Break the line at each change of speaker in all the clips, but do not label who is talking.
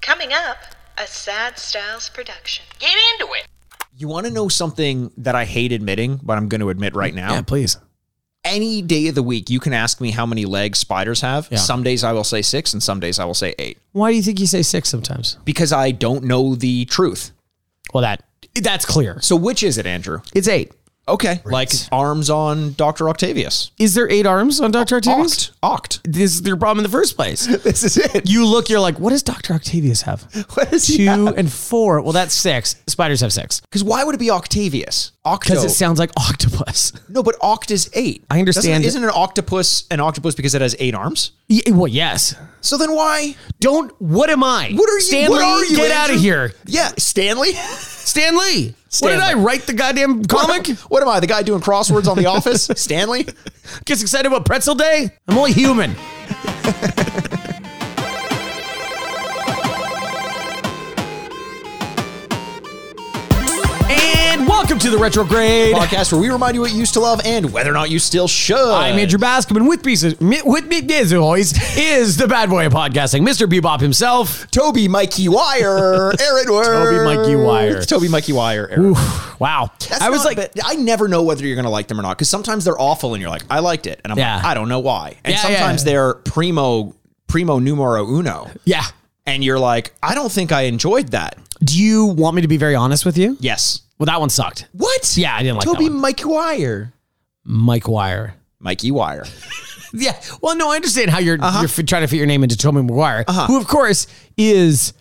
Coming up, a Sad Styles production.
Get into it.
You want to know something that I hate admitting, but I'm going to admit right now.
Yeah, please.
Any day of the week, you can ask me how many legs spiders have.
Yeah.
Some days I will say six, and some days I will say eight
Why do you think you say six sometimes?
because I don't know the truth.
Well, that that's clear.
So, which is it, Andrew?
It's eight.
Okay, like arms on Doctor Octavius.
Is there eight arms on Doctor Octavius?
Oct, oct.
This is your problem in the first place.
This is it.
You look, you're like, what does Doctor Octavius have?
What is
Two and four. Well, that's six. Spiders have six
Because why would it be Octavius? Octo.
because it sounds like octopus.
no, but oct is eight.
I understand.
Doesn't- Isn't an octopus an octopus because it has eight arms?
Y- well, yes.
So then why?
Don't. What am I?
What are you?
Stanley?
what are you,
get out
Andrew?
of here,
Yeah, Stanley.
Stanley. What did I
Stanley.
write the goddamn comic?
What am I? The guy doing crosswords on The Office? Stanley.
Gets excited about pretzel day? I'm only human. and welcome to the retrograde.
Podcast where we remind you what you used to love and whether or not you still should.
I'm Andrew Bascom, and with pieces, mi- with me as always is the bad boy of podcasting, Mr. Bebop himself.
Toby Mikey Wire. Aaron Word.
Mikey Wire.
Toby Mikey Wire. Aaron.
Wow,
That's
I was
not
like,
bad. I never know whether you're going to like them or not because sometimes they're awful and you're like, I liked it, and I'm
Yeah.
like, I don't know why. And
Yeah,
sometimes
yeah.
they're primo primo numero uno,
yeah.
and you're like, I don't think I enjoyed that.
Do you want me to be very honest with you?
Yes.
Well, that one sucked.
What?
Yeah, I didn't like
Toby
that one.
Mikey Wire.
Mike Wire.
Mikey Wire.
Yeah. Well, no, I understand how you're
Uh-huh.
you're f- trying to fit your name into Tommy McGuire, who of course is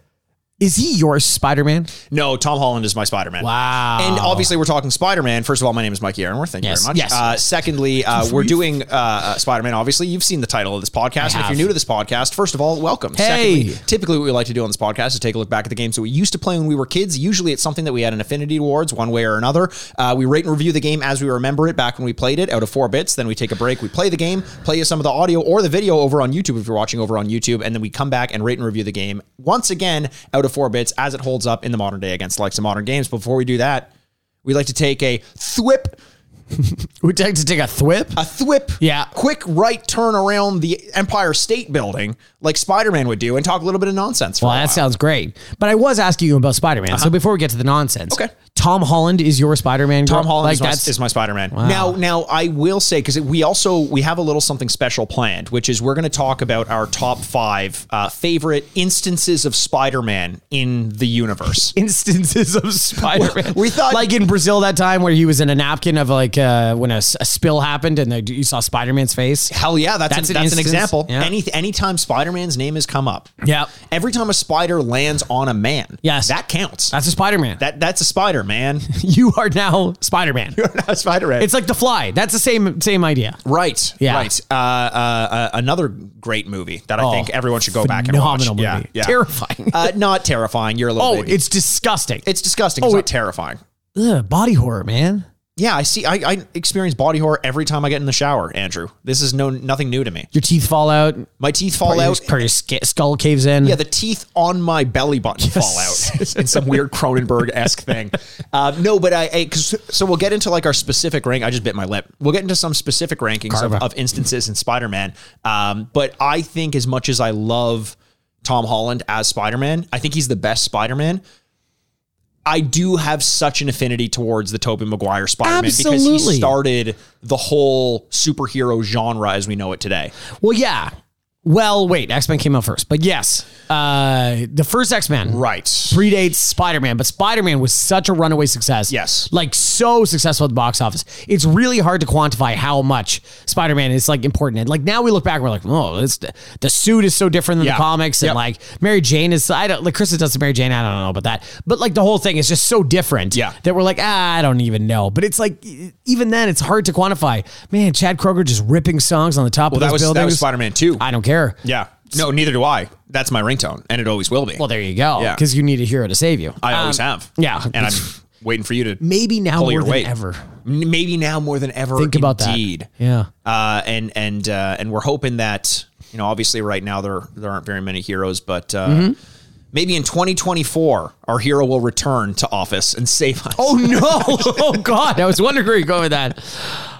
is he your Spider Man?
No, Tom Holland is my Spider Man.
Wow.
And obviously, we're talking Spider Man. First of all, my name is Mikey Aaronworth. Thank
Yes,
you very much.
yes.
Uh, secondly, uh, we're doing uh, uh, Spider Man. Obviously, you've seen the title of this podcast. And if
have.
you're new to this podcast, first of all, welcome.
Hey.
Secondly, typically, what we like to do on this podcast is take a look back at the games that we used to play when we were kids. Usually, it's something that we had an affinity towards, one way or another. Uh, we rate and review the game as we remember it back when we played it out of four bits. Then we take a break. We play the game, play you some of the audio or the video over on YouTube if you're watching over on YouTube. And then we come back and rate and review the game once again out of four bits as it holds up in the modern day against the likes of modern games. Before we do that, we like to take a thwip,
We'd like to take a thwip.
a thwip,
Yeah.
quick right turn around the Empire State Building, like Spider Man would do, and talk a little bit of nonsense. For
well,
a
that
while.
sounds great. But I was asking you about Spider Man. So before we get to the nonsense,
Uh-huh. Okay.
Tom Holland is your Spider Man.
Tom Holland is, my, is my Spider-Man. Now, now I will say because we also we have a little something special planned, which is we're going to talk about our top five uh, favorite instances of Spider-Man in the universe.
instances of Spider Man.
we thought-
like in Brazil that time where he was in a napkin of like uh, when a, s- a spill happened and they, you saw Spider Man's face.
Hell yeah, that's
That's
an,
an
that's an
instance,
example.
yeah.
Any anytime Spider-Man's name has come up,
Yep.
every time a spider lands on a man,
Yes.
that counts.
That's a Spider Man.
that that's a spider man.
You are now Spider Man.
spider man.
It's like The Fly. That's the same same idea.
Right,
Yeah.
right. Uh, uh, uh, another great movie that I
Oh,
think everyone should go back and watch.
phenomenal movie. Terrifying.
Uh, not terrifying. You're a little.
Oh,
baby.
it's disgusting.
It's disgusting. It's
Oh,
not
it-
terrifying.
Ugh, body horror, man.
Yeah, I see. I, I experience body horror every time I get in the shower, Andrew. This is no nothing new to me.
Your teeth fall out.
My teeth fall
Part
out.
Your, part of your sk- skull caves in.
Yeah, the teeth on my belly button fall out in some weird Cronenberg esque thing. Uh, no, but I, I cause, so we'll get into like our specific rank. I just bit my lip. We'll get into some specific rankings of,
Carva.
of instances in Spider Man. Um, but I think as much as I love Tom Holland as Spider Man, I think he's the best Spider Man. I do have such an affinity towards the Tobey Maguire Spider Man because he
Absolutely.
started the whole superhero genre as we know it today.
Well, yeah. Well, wait. X Men came out first, but yes, uh, the first X Men
Right.
predates Spider Man, but Spider Man was such a runaway success.
Yes.
like so successful at the box office. It's really hard to quantify how much Spider Man is like important. And like now we look back, we're like, oh, it's the suit is so different than
Yeah.
the comics, and
Yep.
like Mary Jane is. I don't like Chris does to Mary Jane. I don't know about that, but like the whole thing is just so different.
Yeah.
that we're like, ah, I don't even know. But it's like e- even then, it's hard to quantify. Man, Chad Kroger just ripping songs on the top
Well,
of those
that was,
buildings.
that was Spider Man 2.
I don't care.
Yeah. No, neither do I. That's my ringtone, and it always will be.
Well, there you go.
Yeah.
Because you need a hero to save you.
I always
Um,
have.
yeah.
and I'm waiting for you to
Maybe now
pull
more
your
than
weight.
ever.
M- Maybe now more than ever.
Think about that.
indeed.
Yeah.
Uh, and and uh, and we're hoping that you know, obviously, right now there there aren't very many heroes, but. Uh,
Mm-hmm.
Maybe in 2024, our hero will return to office and save us.
Oh no! oh God! I was wondering where you're going with that.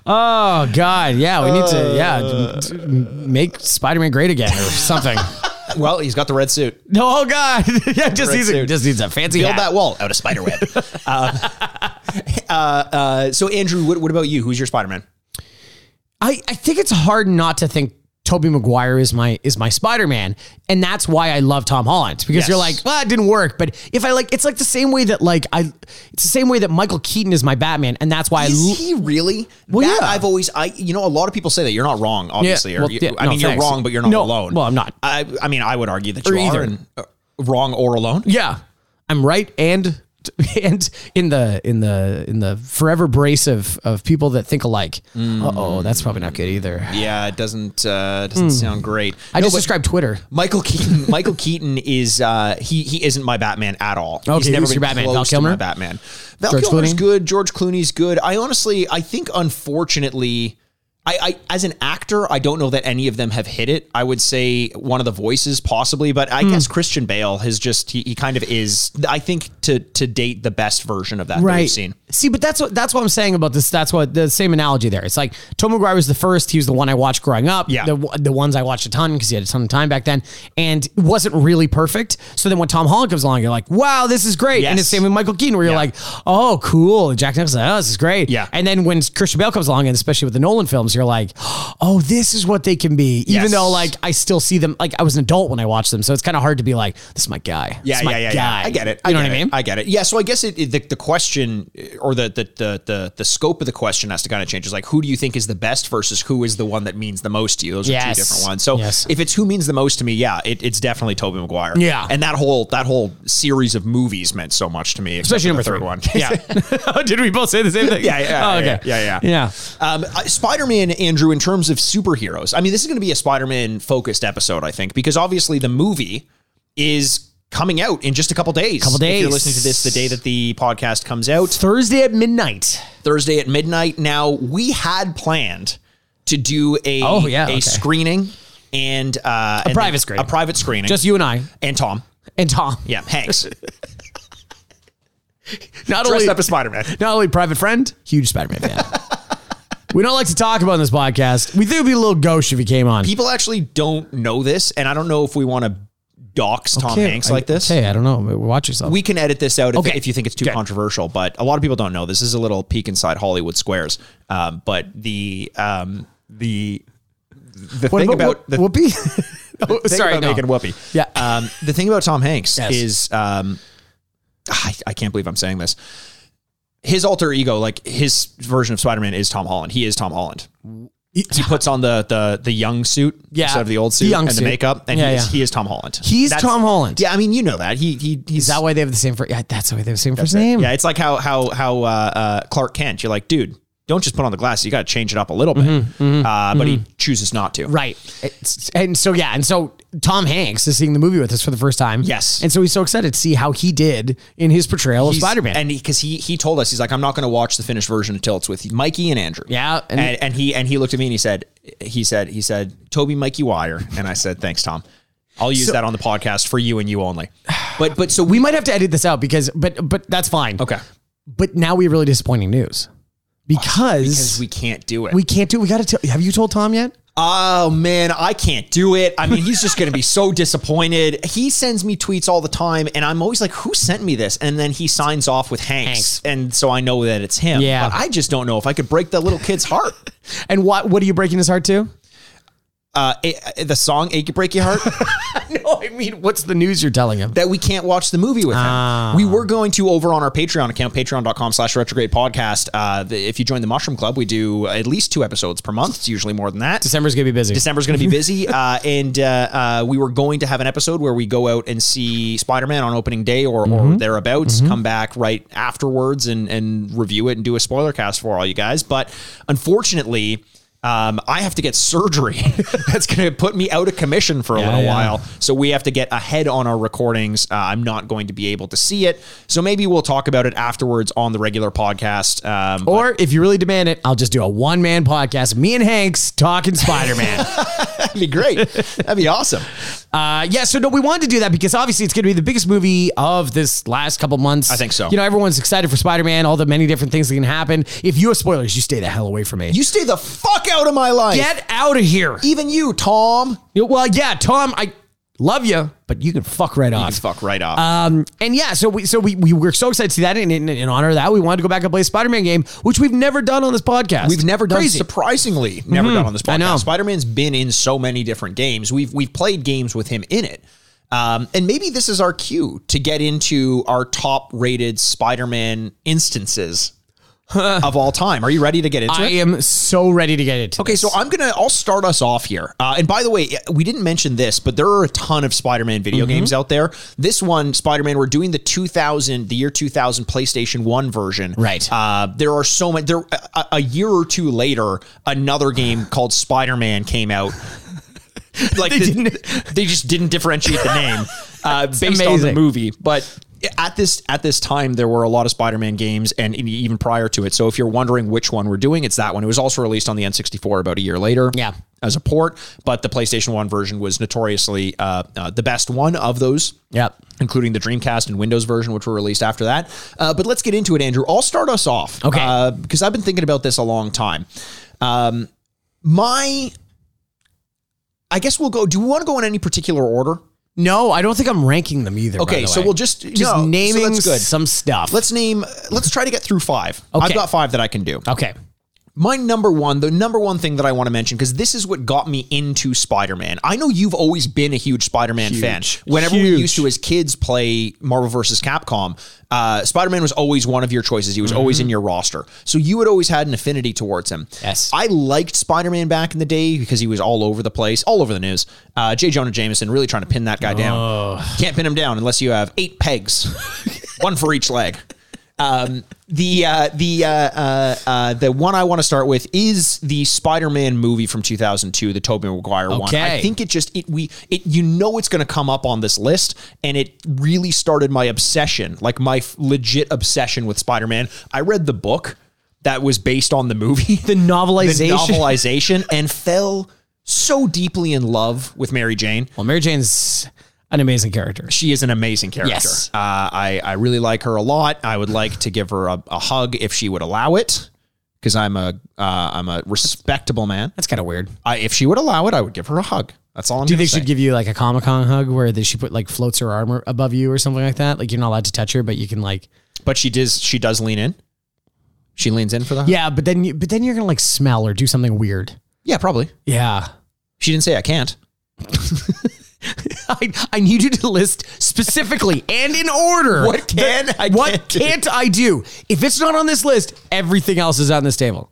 Oh God! Yeah, we need to yeah d- d- make Spider-Man great again or something.
Well, he's got the red suit.
No, oh god, yeah, just needs a,
suit.
just needs a fancy
Build
hat.
that wall out of spider web. uh, uh, uh, so, Andrew, what, what about you? Who's your Spider Man?
I, I think it's hard not to think Toby Maguire is my is my Spider-Man. And that's why I love Tom Holland. Because
Yes.
you're like, well, it didn't work. But if I like it's like the same way that like I it's the same way that Michael Keaton is my Batman, and that's why I lo-
Is he really?
Well,
That
yeah.
I've always, I you know, a lot of people say that you're not wrong. Obviously, or
well,
you-
yeah,
I
no,
mean, you're
thanks.
wrong, but you're not
No,
alone.
well, I'm not.
I, I mean, I would argue that you
either.
are and, uh, wrong or alone.
Yeah. I'm right and and in the in the in the forever brace of of people that think alike.
Mm.
Uh oh, that's probably not good either.
Yeah, it doesn't uh, doesn't sound great.
Hmm. I
No,
just
but
described Twitter.
Michael Keaton. Michael Keaton is uh, he he isn't my Batman at all. he's
Okay,
never
who's
been
your Batman?
close
Val Kilmer?
to my Batman. Val
George
Kilmer's
Clooney?
good. George Clooney's good. I honestly, I think, unfortunately. I, I, as an actor, I don't know that any of them have hit it. I would say one of the voices, possibly, but
Hmm.
I guess Christian Bale has just he, he kind of is. I think to to date the best version of that, that we've seen.
See, but that's what that's what I'm saying about this. That's what the same analogy there. It's like Tom McGuire was the first. He was the one I watched growing up.
Yeah.
The, the ones I watched a ton because he had a ton of time back then, and it wasn't really perfect. So then when Tom Holland comes along, you're like, wow, this is great. And it's
Yes.
same with Michael Keaton, where you're
Yeah.
like, oh, cool. And Jack Nicholson, oh, this is great.
Yeah.
And then when Christian Bale comes along, and especially with the Nolan films, you're like, oh, this is what they can be. Even
Yes.
though like I still see them, like I was an adult when I watched them, so it's kind of hard to be like, this is my guy. This
Yeah,
is my
yeah, yeah,
guy.
yeah. I get it.
You know
get
what I
it.
mean?
I get it. Yeah. So I guess it, it- the, the question uh, or the, the the the the scope of the question has to kind of change. Is like who do you think is the best versus who is the one that means the most to you? Those are
Yes.
two different ones. So
Yes.
if it's who means the most to me, yeah, it, it's definitely Toby Maguire.
Yeah.
And that whole that whole series of movies meant so much to me, except
Especially
for the
number
third
three.
one.
Yeah. Did we both say the same thing?
Yeah, yeah,
Oh,
yeah,
okay.
yeah, yeah, yeah.
Yeah.
Um, uh, Spider-Man, Andrew, in terms of superheroes, I mean, this is going to be a Spider-Man focused episode, I think, because obviously the movie is coming out in just a couple days. Couple If
days.
you're listening to this the day that the podcast comes out,
Thursday at midnight.
Thursday at midnight. Now we had planned to do a
Oh, yeah,
a
okay.
screening and uh, a
private screening.
a private screening,
Just you and I
and Tom.
and Tom.
Yeah, Hanks
Not
dressed
only
up as Spider-Man.
not only private friend, huge Spider-Man fan. we don't like to talk about on this podcast. We think it'd be a little gauche if he came on.
People actually don't know this, and I don't know if we want to dox Tom
Okay,
Hanks
I-
like this.
Hey, I don't know. Watch yourself.
we can edit this out if,
Okay.
if you think it's too
Okay.
controversial. But a lot of people don't know. This is a little peek inside Hollywood squares. Um, but the um, the the
what
thing
about,
about the
Whoop- Whoopi? oh,
thing
sorry,
about
no.
making whoopee.
Yeah.
Um, the thing about Tom Hanks
Yes.
is um, I, I can't believe I'm saying this. His alter ego, like his version of Spider Man, is Tom Holland. He is Tom Holland. He puts on the the the young suit
Yeah.
instead of the old
The
suit
young
and
suit.
the makeup, and
Yeah,
he, is,
yeah.
he is Tom Holland.
He's Tom Holland.
Yeah, I mean you know that he he he's
Is that why they have the same first? Yeah, that's why they have the same first name.
yeah, it's like how how how uh, uh, Clark Kent. You're like, dude, don't just put on the glasses. You got to change it up a little bit. uh, but he chooses not to.
Right. It's- and so, yeah. And so Tom Hanks is seeing the movie with us for the first time.
Yes.
And so he's so excited to see how he did in his portrayal
He's-
of Spider Man.
and because he, he told us he's like, I'm not going to watch the finished version until it's with Mikey and Andrew.
Yeah,
and,
and-
and, he and he looked at me and he said, he said, he said, Toby, Mikey Wire, and I said, thanks, Tom. I'll use that on the podcast for you and you only. But but so
we
we
might have to edit this out because, but, but that's fine.
okay
But now we have really disappointing news because,
because we can't do it.
we, can't do it. We got to tell, have you told Tom yet?
Oh man, I can't do it. I mean, he's just going to be so disappointed. He sends me tweets all the time, and I'm always like, "Who sent me this?" And then he signs off with Hanks,
Hanks.
and so I know that it's him.
Yeah.
but I just don't know if I could break that little kid's heart.
And what, what are you breaking his heart to?
Uh, a- a- the song "Ache You Break Your Heart"
No, I mean, what's the news you're telling him?
that we can't watch the movie with him.
Ah.
We were going to over on our Patreon account, Patreon.com/slash Retrograde Podcast. Uh, the- if you join the Mushroom Club, we do at least two episodes per month. It's usually more than that.
December's going to be busy.
December's going to be busy, uh, and uh, uh, we were going to have an episode where we go out and see Spider Man on opening day or, or
Mm-hmm.
thereabouts, come back right afterwards and and review it and do a spoiler cast for all you guys. But unfortunately. Um, I have to get surgery. That's going to put me out of commission for a little
yeah.
while. So we have to get ahead on our recordings. Uh, I'm not going to be able to see it. So maybe we'll talk about it afterwards on the regular podcast. Um,
Or if you really demand it, I'll just do a one man podcast, me and Hanks talking Spider Man.
that'd be great. that'd be awesome.
Uh, yeah, so no, we wanted to do that because obviously it's going to be the biggest movie of this last couple months. I
think so.
You know, everyone's excited for Spider Man, all the many different things that can happen. If you have spoilers, you stay the hell away from me.
You stay the fuck out of my life.
get out of here.
Even you, Tom.
Well, yeah, Tom, I Love you, but you can fuck right off.
It's fuck right off.
Um, and yeah, so we so we, we were so excited to see that, and in, in honor of that, we wanted to go back and play a Spider-Man game, which we've never done on this podcast.
We've never done
Crazy. Mm-hmm.
surprisingly never done on this podcast.
I know.
Spider-Man's been in so many different games. We've we've played games with him in it. Um, and maybe this is our cue to get into our top rated Spider-Man instances of all time. Are you ready to get into
I
it?
am so ready to get it.
Okay, so I'm gonna I'll start us off here. Uh, and by the way, we didn't mention this, but there are a ton of Spider-Man video
Mm-hmm.
games out there. This one, Spider-Man, we're doing the 2000, the year 2000 PlayStation One version.
Right.
Uh, there are so many. There a, a year or two later, another game called Spider-Man came out. Like the- they, just didn't differentiate the name uh, based on the
amazing.
movie, but. At this at this time, there were a lot of Spider-Man games, and e-, even prior to it. So, if you're wondering which one we're doing, it's that one. It was also released on the N64 about a year later,
Yeah.
as a port. But the PlayStation One version was notoriously uh, uh, the best one of those
Yep.
including the Dreamcast and Windows version, which were released after that. Uh, but let's get into it, Andrew. I'll start us off.
Okay.
uh, Because I've been thinking about this a long time. Um, my, I guess we'll go. Do we want to go in any particular order?
No, I don't think I'm ranking them either. by
Okay,
the
so
way.
we'll just-
just
no, so
naming
that's good.
some stuff.
Let's name, let's try to get through five. I've
Okay.
got five that I can do.
okay.
my number one, the number one thing that I want to mention, because this is what got me into Spider Man. I know you've always been a huge Spider Man fan. Whenever we
Huge.
used to, as kids, play Marvel versus Capcom, uh, Spider Man was always one of your choices. He was
Mm-hmm.
always in your roster. So you had always had an affinity towards him.
Yes.
I liked Spider Man back in the day because he was all over the place, all over the news. Uh, J. Jonah Jameson really trying to pin that guy
Oh.
down. Can't pin him down unless you have eight pegs, one for each leg um, the uh, the uh, uh, uh, the one I want to start with is the Spider-Man movie from 2002, the Tobey Maguire one. I
Okay.
think it just it we it you know it's going to come up on this list, and it really started my obsession, like my f- legit obsession with Spider-Man. I read the book that was based on the movie,
The novelization.
the novelization, and fell so deeply in love with Mary Jane.
well, Mary Jane's an amazing character.
She is an amazing character.
Yes.
Uh, I, I really like her a lot. I would like to give her a, a hug if she would allow it, because I'm a uh, I'm a respectable man.
That's kind of weird.
I, if she would allow it, I would give her a hug. That's all I'm.
Do you
gonna
think
say.
she'd give you like a Comic Con hug where that she put like floats her arm above you or something like that? Like you're not allowed to touch her, but you can like
But she does. She does lean in. She leans in for the hug.
yeah. But then you, but then you're gonna like smell or do something weird.
yeah, probably.
Yeah.
She didn't say I can't.
I, I need you to list specifically and in order.
What can
the-
I
What
can't do?
can't I do? If it's not on this list, everything else is on this table.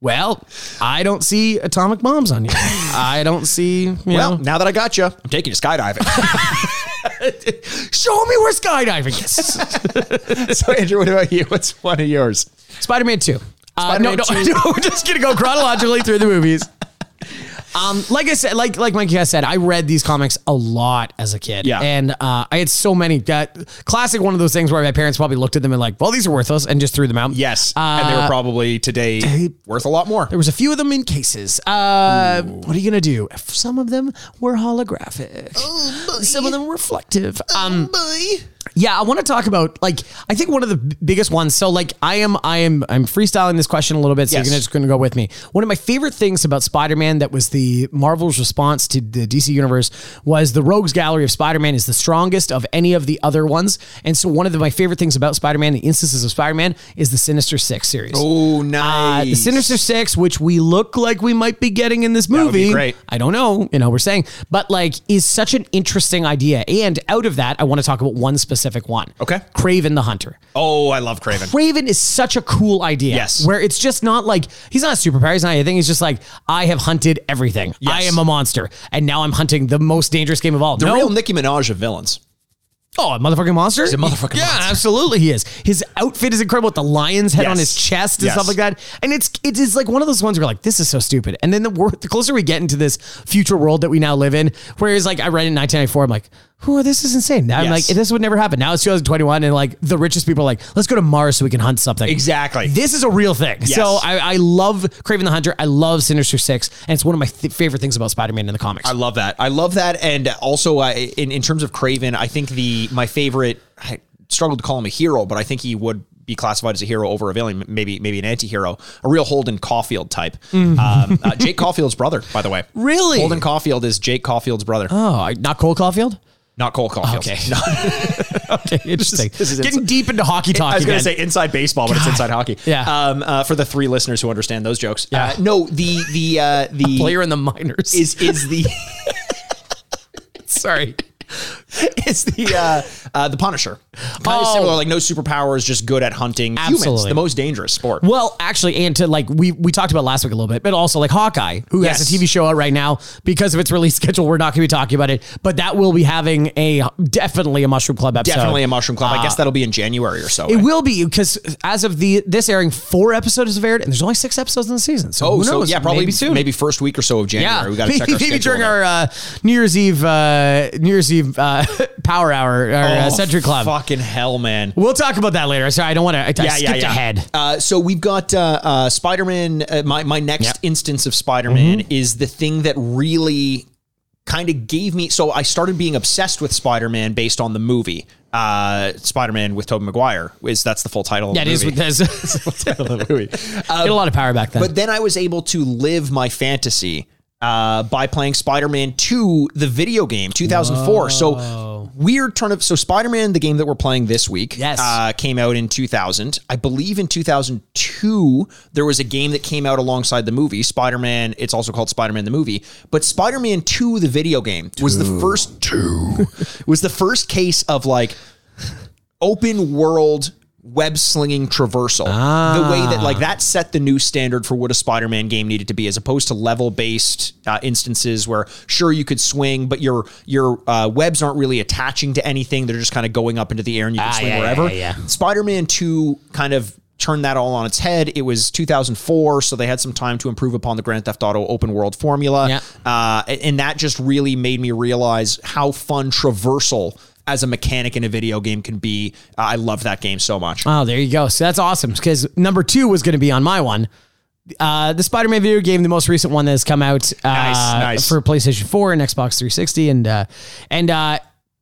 Well, I don't see atomic bombs on you. I don't see. You
Well,
know,
now that I got you, I'm taking you skydiving.
show me where skydiving is.
so Andrew, what about you? What's one of yours?
Spider-Man Two. Uh, no,
Spider-Man
no,
2.
no. We're just gonna go chronologically through the movies. Um, like I said, like like Mike has said, I read these comics a lot as a kid.
Yeah.
and uh, I had so many. That classic one of those things where my parents probably looked at them and like, well, these are worthless, and just threw them out. Uh,
Yes, Uh, and they were probably today worth a lot more.
There was a few of them in cases. Uh, what are you gonna do? Some of them were holographic.
Oh,
Some of them were reflective. Um, yeah, I want to talk about like I think one of the b- biggest ones. So like I am I am I'm freestyling this question a little bit. So
Yes.
you're gonna- just gonna go with me. One of my favorite things about Spider-Man that was the Marvel's response to the DC universe was the Rogues Gallery of Spider-Man is the strongest of any of the other ones. And so one of the, my favorite things about Spider-Man, the instances of Spider-Man, is the Sinister Six series.
Oh,
Uh,
nice.
the Sinister Six, which we look like we might be getting in this movie.
would be great.
I don't know, you know, we're saying, but like, is such an interesting idea. And out of that, I want to talk about one specific one.
Okay.
Craven the Hunter.
Oh, I love Craven.
Craven is such a cool idea.
Yes.
Where it's just not like he's not a superpower, he's not anything. He's just like, I have hunted everything. I am a monster. And now I'm hunting the most dangerous game of all.
The
no,
real Nicki Minaj of villains.
Oh, a motherfucking monster? He's
a motherfucking
yeah,
monster.
absolutely he is. His outfit is incredible with the lion's head on
Yes.
his chest and
Yes.
stuff like that. And it's it is like one of those ones where like, this is so stupid. And then the, wor- the closer we get into this future world that we now live in, where it's like, I read it in 1994, I'm like, whoa, this is insane. Now I'm like,
Yes.
this would never happen. Now it's 2021 and like the richest people are like, let's go to Mars so we can hunt something.
Exactly.
This is a real thing. So I, I love Craven the Hunter. I love Sinister Six. And it's one of my th- favorite things about Spider-Man in the comics.
I love that. I love that, and also uh, in in terms of Craven, I think the my favorite. I struggled to call him a hero, but I think he would be classified as a hero over a villain, maybe maybe an anti-hero, a real Holden Caulfield type. Um, uh, Jake Caulfield's brother, by the way.
Mm-hmm. Really?
Holden Caulfield is Jake Caulfield's brother,
Oh, I, not Cole Caulfield.
not Cole Caulfield.
Okay.
No,
Okay, interesting.
this is
Getting deep into hockey talk.
I was going to
again.
say inside baseball, but it's inside hockey.
Yeah.
Um, uh, for the three listeners who understand those jokes.
Yeah.
Uh, no, the the uh, the
player in the minors.
is is the
sorry.
is the uh, uh, the Punisher. Kind of
Oh.
similar, like no superpowers, just good at hunting humans.
Absolutely.
The most dangerous sport.
Well, actually, and to like we we talked about last week a little bit, but also like Hawkeye, who
Yes.
has a TV show out right now because of its release schedule, we're not going to be talking about it. But that will be having a definitely a Mushroom Club episode.
Definitely a mushroom club. I guess that'll be in January or so.
Uh, It will be because as of the this airing, four episodes have aired, and there's only six episodes in the season. So
Oh,
who
so
knows?
yeah, probably
maybe soon.
maybe first week or so of January.
yeah,
We got to
maybe,
check our
maybe
schedule
during
there.
our uh, New Year's Eve uh, New Year's Eve uh, Power Hour or uh,
Oh,
Century Club.
Fucking hell, man.
We'll talk about that later. Sorry, I don't want to. I, I skipped ahead.
Uh, so we've got uh, uh, Spider Man. Uh, my my next
Yep. Mm-hmm.
instance of Spider Man is the thing that really kind of gave me. So I started being obsessed with Spider Man based on the movie uh, Spider Man with Tobey Maguire. Is that's the full title?
Yeah,
of
it
the
is.
movie.
that's-
the movie.
Get a lot of power back then.
But then I was able to live my fantasy uh, by playing Spider Man 2, the video game, 2004. So weird turn of. So Spider Man, the game that we're playing this week,
Yes.
uh, came out in 2000. I believe in 2002, there was a game that came out alongside the movie, Spider Man. It's also called Spider Man the movie. But Spider Man 2, the video game, was the first. Two. was the first case of like open world web slinging traversal the way that like
Ah.
that set the new standard for what a spider-man game needed to be as opposed to level based uh, instances where sure you could swing but your your uh, webs aren't really attaching to anything they're just kind of going up into the air and you can
Ah,
swing
yeah, yeah,
wherever
yeah, yeah.
spider-man 2 kind of turned that all on its head it was 2004 so they had some time to improve upon the grand theft auto open world formula
Yeah.
uh, and- and that just really made me realize how fun traversal as a mechanic in a video game can be. Uh, I love that game so much.
Oh, there you go. So that's awesome because number two was going to be on my one. Uh, the Spider-Man video game, the most recent one that has come out uh,
nice.
for PlayStation 4 and Xbox 360 and uh, and uh,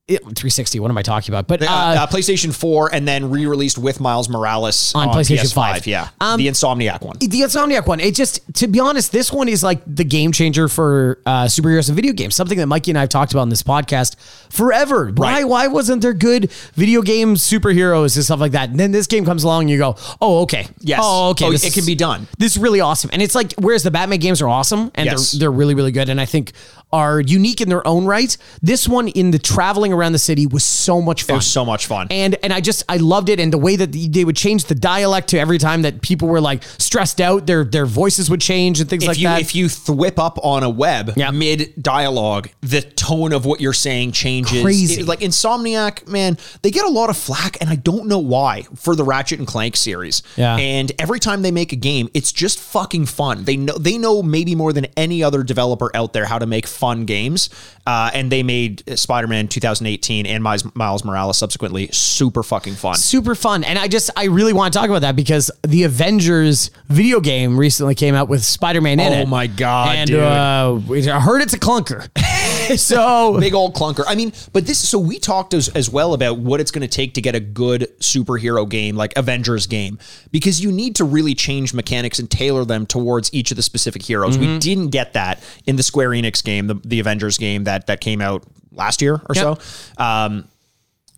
it- 360. What am I talking about? But uh,
Uh, uh, PlayStation 4 and then re-released with Miles Morales
On
on,
PlayStation
PS5.
5.
Yeah,
Um,
the Insomniac one.
the Insomniac one, it just to be honest, this one is like the game changer for uh, superheroes and video games. Something that Mikey and I have talked about in this podcast forever. Why?
Right.
Why wasn't there good video game superheroes and stuff like that? And then this game comes along, and you go, "Oh, okay,
Yes.
oh, okay,
Oh,
this
it
is-
can be done.
this is really awesome. And it's like, whereas the Batman games are awesome and
Yes.
they're, they're really, really good. And I think are unique in their own right. This one in the traveling around the city was so much
It
fun.
was so much fun.
and, and I just I loved it and the way that the- they would change the dialect to every time that people were like stressed out their their voices would change and things
if
like
you
that.
if you thwip up on a web
Yeah.
mid dialogue, the tone of what you're saying changes.
Crazy.
It- like Insomniac, man, they get a lot of flack, and I don't know why for the Ratchet and Clank series.
Yeah.
And every time they make a game, it's just fucking fun. They know they know maybe more than any other developer out there how to make fun games. Uh, and they made Spider Man 2018 and Miles, Miles Morales subsequently super fucking fun.
super fun. And I just I really want to talk about that because the Avengers video game recently came out with Spider Man in
Oh
it.
my God,
And
dude.
uh, we- I heard it's a clunker. so
big old clunker. I mean, but this so we talked as, as well about what it's going to take to get a good superhero game like Avengers game because you need to really change mechanics and tailor them towards each of the specific heroes. We didn't get that in the Square Enix game, the, the Avengers game that that came out last year or
Yep.
so. Um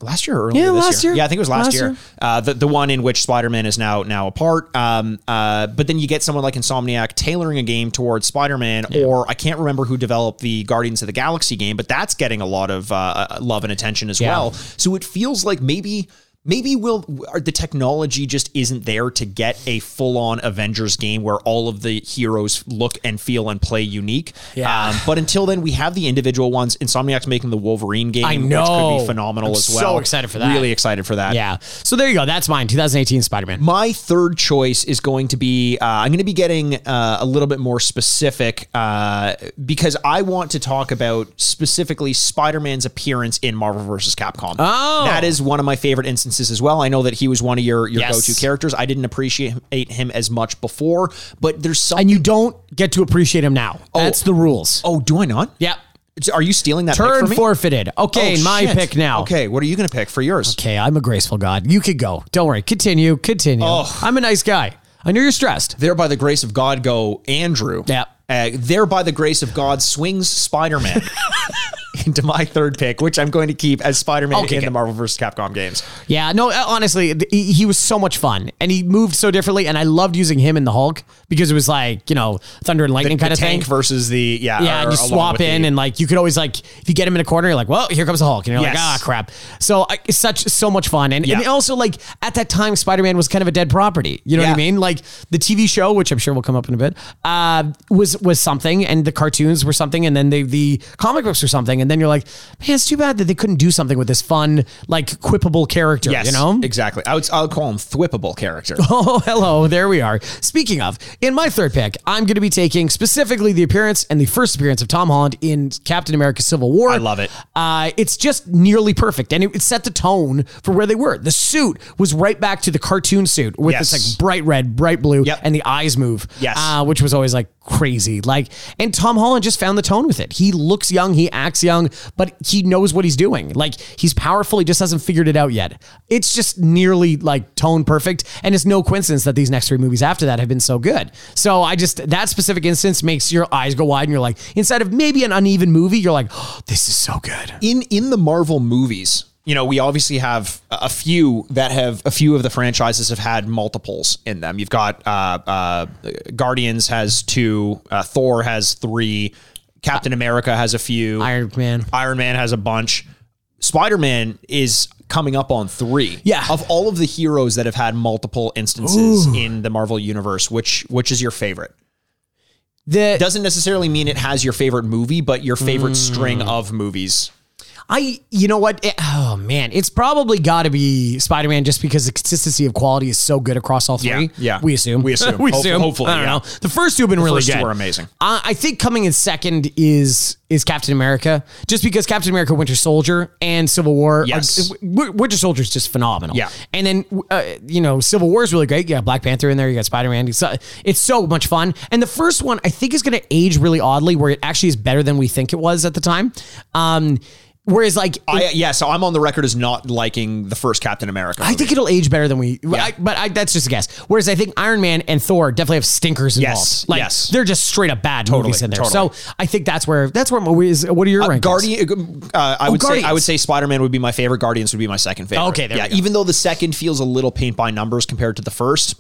Last year or earlier
Yeah,
this
last
year.
year.
Yeah, I think it was last,
Last
year.
year.
Uh, the, the one in which Spider-Man is now now apart. Um, uh, but then you get someone like Insomniac tailoring a game towards Spider-Man, or I can't remember who developed the Guardians of the Galaxy game, but that's getting a lot of uh, uh, love and attention as
Yeah.
well. So it feels like maybe. Maybe we'll or the technology just isn't there to get a full-on Avengers game where all of the heroes look and feel and play unique. Um,
Yeah.
but until then, we have the individual ones. Insomniac's making the Wolverine game,
I
which could
know.
be phenomenal
I'm
as
so
well.
excited for that.
Really excited for that.
yeah. So there you go. That's mine. 2018 Spider Man.
My third choice is going to be uh, I'm going to be getting uh, a little bit more specific uh, because I want to talk about specifically Spider Man's appearance in Marvel vs. Capcom.
Oh.
That is one of my favorite instances as well. I know that he was one of your, your
Yes.
go to characters. I didn't appreciate him as much before, but there's some.
And you don't get to appreciate him now. That's the rules.
oh, do I not?
Yep.
Are you stealing that? pick
Turn
for me?
forfeited. Okay,
Oh,
my
shit.
pick now.
Okay, what are you going to pick for yours?
Okay, I'm a graceful God. You could go. Don't worry. Continue. Continue.
Oh.
I'm a nice guy. I know you're stressed.
There by the grace of God go Andrew.
Yeah.
Uh, there by the grace of God swings Spider Man into my third pick, which I'm going to keep as Spider Man
Okay,
in
good.
the Marvel vs. Capcom games.
Yeah, no, uh, honestly, th- he he was so much fun and he moved so differently. And I loved using him in the Hulk because it was like, you know, thunder and lightning kind
the
of
tank
thing.
versus the yeah.
yeah,
or
and you
along
swap
with
in
the-
and like you could always like if you get him in a corner, you're like, well, here comes the Hulk. And you're like,
Yes.
ah, crap. So I, it's such so much fun. And, and
Yeah.
also like at that time, Spider-Man was kind of a dead property. You know what I
Yeah.
mean? Like the TV show, which I'm sure will come up in a bit, uh, was was something and the cartoons were something and then they, the comic books were something. And then you're like, man, it's too bad that they couldn't do something with this fun, like quippable character,
yes,
you know?
exactly. I would, I'll call him thwippable character.
Oh, hello. There we are. Speaking of, in my third pick, I'm going to be taking specifically the appearance and the first appearance of Tom Holland in Captain America Civil War.
I love it.
Uh, it's just nearly perfect. And it, it set the tone for where they were. The suit was right back to the cartoon suit with
Yes.
this like bright red, bright blue,
Yep.
and the eyes move.
Yes.
Uh, which was always like crazy. Like, and Tom Holland just found the tone with it. He looks young, he acts young, but he knows what he's doing. Like, he's powerful, he just hasn't figured it out yet. It's just nearly like tone perfect. And it's no coincidence that these next three movies after that have been so good. So I just, that specific instance makes your eyes go wide and you're like, instead of maybe an uneven movie, you're like, oh, this is so good.
in in the Marvel movies, you know, we obviously have a a few that have a few of the franchises have had multiples in them. You've got uh, uh, Guardians has two, uh, Thor has three, Captain America has a few,
Iron Man.
Iron Man has a bunch. Spider Man is coming up on three.
Yeah.
Of all of the heroes that have had multiple instances in the Marvel universe, which which is your favorite?
The,
Doesn't necessarily mean it has your favorite movie, but your
Hmm.
favorite string of movies.
I, you know what? It- oh man, it's probably got to be Spider Man just because the consistency of quality is so good across all three.
Yeah, yeah.
we assume.
We assume.
we
Hope-
assume.
hopefully,
I don't
yeah.
know. The first two have been really
first two
good.
were amazing.
I, I think coming in second is is Captain America, just because Captain America, Winter Soldier, and Civil War. are-
Yes.
W- Winter Soldier is just phenomenal.
Yeah.
and then uh, you know Civil War is really great. You got Black Panther in there. You got Spider Man. It's, uh, it's so much fun. And the first one I think is going to age really oddly, where it actually is better than we think it was at the time. Um, whereas like
I, yeah, so I'm on the record as not liking the first Captain America.
I think it'll age better than we. I, but I, that's just a guess. Whereas I think Iron Man and Thor definitely have stinkers involved.
Yes,
like
yes.
they're just straight up bad movies in there.
totally.
So I think that's where that's where my- is. What are your rankings?
Guardian. Uh, I would say I would
Oh, Guardians.
say Spider Man would be my favorite. Guardians would be my second favorite.
Okay, there
yeah.
we go.
Even though the second feels a little paint by numbers compared to the first,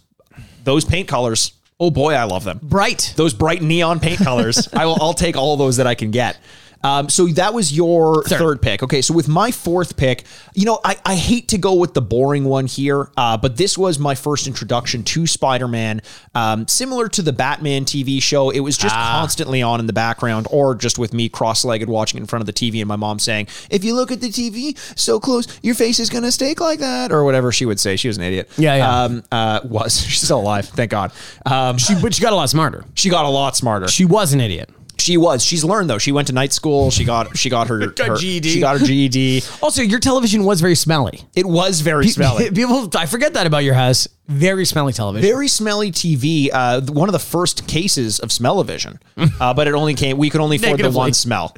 those paint colors. Oh boy, I love them.
Bright.
Those bright neon paint colors. I will. I'll take all those that I can get. Um, so that was your third. pick. Okay, so with my fourth pick, you know, I, I hate to go with the boring one here, uh, but this was my first introduction to Spider Man. Um, similar to the Batman TV show, it was just
Ah.
constantly on in the background, or just with me cross legged watching it in front of the TV and my mom saying, If you look at the TV so close, your face is going to stake like that, or whatever she would say. She was an idiot.
Yeah, yeah.
Um, uh, was. She's still alive. Thank God. Um,
She, but she got a lot smarter.
she got a lot smarter.
She was an idiot.
She was. She's learned though. She went to night school. She got. She got E her.
Got
her-
GED.
She got her GED.
Also, your television was very smelly.
It was very smelly.
People, I forget that about your house. Very smelly television.
Very smelly TV. Uh, th- one of the first cases of smell-o-vision, uh, but it only came. We could only afford the
Negatively.
one smell.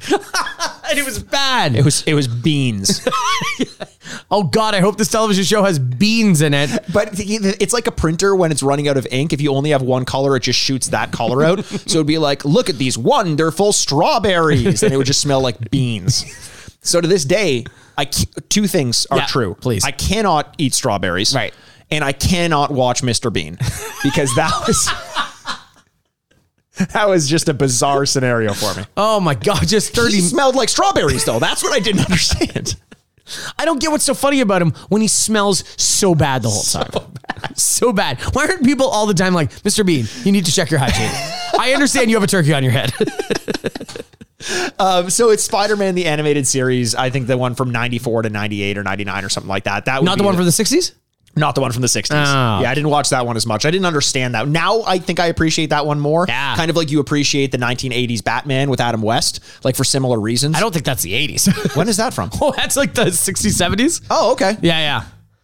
and it was bad.
It was. It was beans.
oh God, I hope this television show has beans in it.
but the- the- it's like a printer when it's running out of ink. If you only have one color, it just shoots that color out. so it'd be like, look at these wonderful strawberries, and it would just smell like beans. So to this day, I c- two things are
Yeah,
true.
please.
I cannot eat strawberries.
Right.
And I cannot watch Mr. Bean because that was. That was just a bizarre scenario for me.
Oh my God, just
He
thirty.
smelled like strawberries, though. That's what I didn't understand.
I don't get what's so funny about him when he smells so bad the whole time. So bad. Why aren't people all the time like, Mr. Bean, you need to check your hygiene? I understand you have a turkey on your head.
Um, so it's Spider-Man the animated series. I think the one from '94 to '98 or '99 or something like that. That would
Not the
be
one from the 60s?
not the one from the '60s.
Oh.
Yeah, I didn't watch that one as much. I didn't understand that. Now I think I appreciate that one more.
Yeah.
kind of like you appreciate the 1980s Batman with Adam West, like for similar reasons.
I don't think that's the 80s.
when is that from?
oh, that's like the 60s, 70s?
Oh, okay.
Yeah, yeah.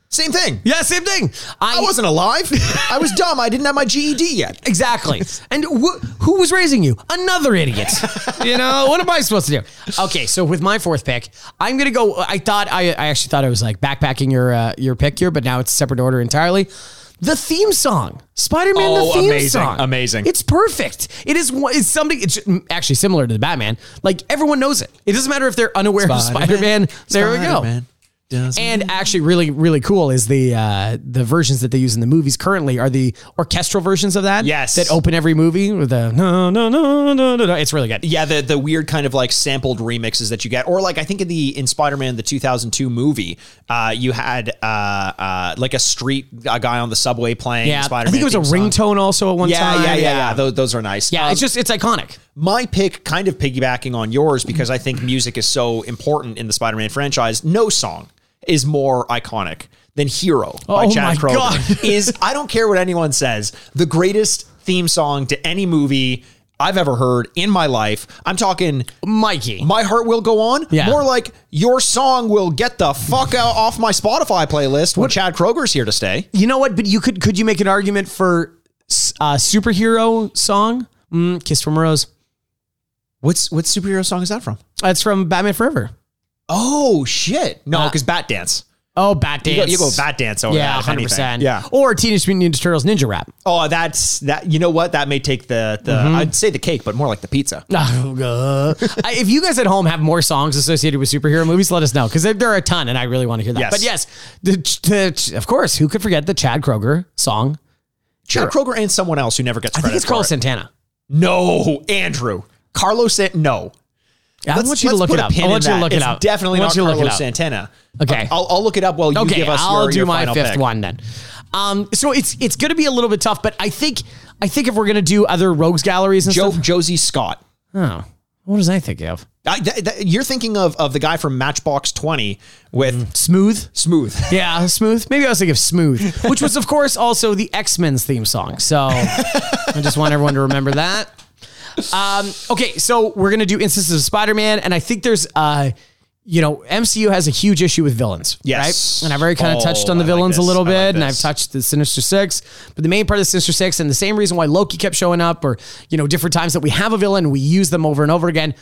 Same thing.
Yeah, same thing.
I wasn't alive. I was dumb. I didn't have my GED yet.
Exactly. And wh- who was raising you? Another idiot. you know, what am I supposed to do? Okay, so with my fourth pick, I'm going to go. I thought, I, I actually thought I was like backpacking your uh, your pick here, but now it's a separate order entirely. The theme song, Spider Man.
Oh,
the theme
amazing,
song,
amazing.
It's perfect. It is. one- It's something. It's actually similar to the Batman. Like everyone knows it. It doesn't matter if they're unaware of Spider Man. There we go. And actually, really, really cool is the uh, the versions that they use in the movies currently are the orchestral versions of that.
Yes.
that open every movie with the no, no, no, no, no, no. It's really good.
yeah, the the weird kind of like sampled remixes that you get, or like I think in the in Spider Man the 2002 movie, uh, you had uh, uh, like a street a guy on the subway playing
Yeah,
Spider Man.
I think it was a ringtone also at one
Yeah,
time.
yeah, yeah, yeah. Those, those are nice.
Yeah,
Um,
it's just it's iconic.
my pick kind of piggybacking on yours because I think music is so important in the Spider-Man franchise. No song is more iconic than Hero by
Oh
Chad
my
Kroger.
God.
is I don't care what anyone says, the greatest theme song to any movie I've ever heard in my life. I'm talking
Mikey,
my heart will go on.
Yeah.
More like your song will get the fuck out off my Spotify playlist when Chad Kroger's here to stay.
you know what? But you could could you make an argument for s- uh, superhero song? Mm, Kiss from a Rose.
What's what superhero song is that from?
That's from Batman Forever.
Oh shit! No, because Bat Dance.
Oh, Bat Dance.
You go, you go Bat Dance over
Uh, Yeah,
that, if anything.
hundred percent.
Yeah.
or Teenage Mutant Ninja Turtles Ninja Rap.
Oh, that's that. You know what? That may take the the.
Mm-hmm.
I'd say the cake, but more like the pizza.
I, if you guys at home have more songs associated with superhero movies, let us know because there, there are a ton, and I really want to hear that.
Yes.
But yes, the, ch- the, ch- of course, who could forget the Chad Kroger song?
Chad Kroger and someone else who never gets
I
credit.
think it's
for
Carlos
it.
Santana.
No, Andrew. Carlos Santana. No.
I
Let's-
want you to
let's put
look it
a
up.
pin
I
in
want you to
that.
look it
It's
up.
Definitely
I
not
want you to look it
Carlos
up.
Santana.
Okay.
I'll, I'll look it up while you
Okay,
give us
I'll
your,
do
your
my
final
fifth
pick.
one then. Um, so it's it's going to be a little bit tough, but I think I think if we're going to do other rogues galleries and
Joe
stuff,
Josie Scott.
oh, what does I think of?
I, that, that, you're thinking of of the guy from Matchbox Twenty with
Smooth.
Smooth.
Yeah, smooth. Maybe I was thinking of smooth, which was, of course, also the X Men's theme song. So I just want everyone to remember that. Um, okay, so we're gonna do instances of Spider Man, and I think there's, uh, you know, MCU has a huge issue with villains.
Yes.
right? and I've already kind
Oh,
of touched on the
I like
villains
this.
a little
I like
bit, and I've
this.
touched the Sinister Six, but the main part of the Sinister Six, and the same reason why Loki kept showing up, or you know, different times that we have a villain, we use them over and over again.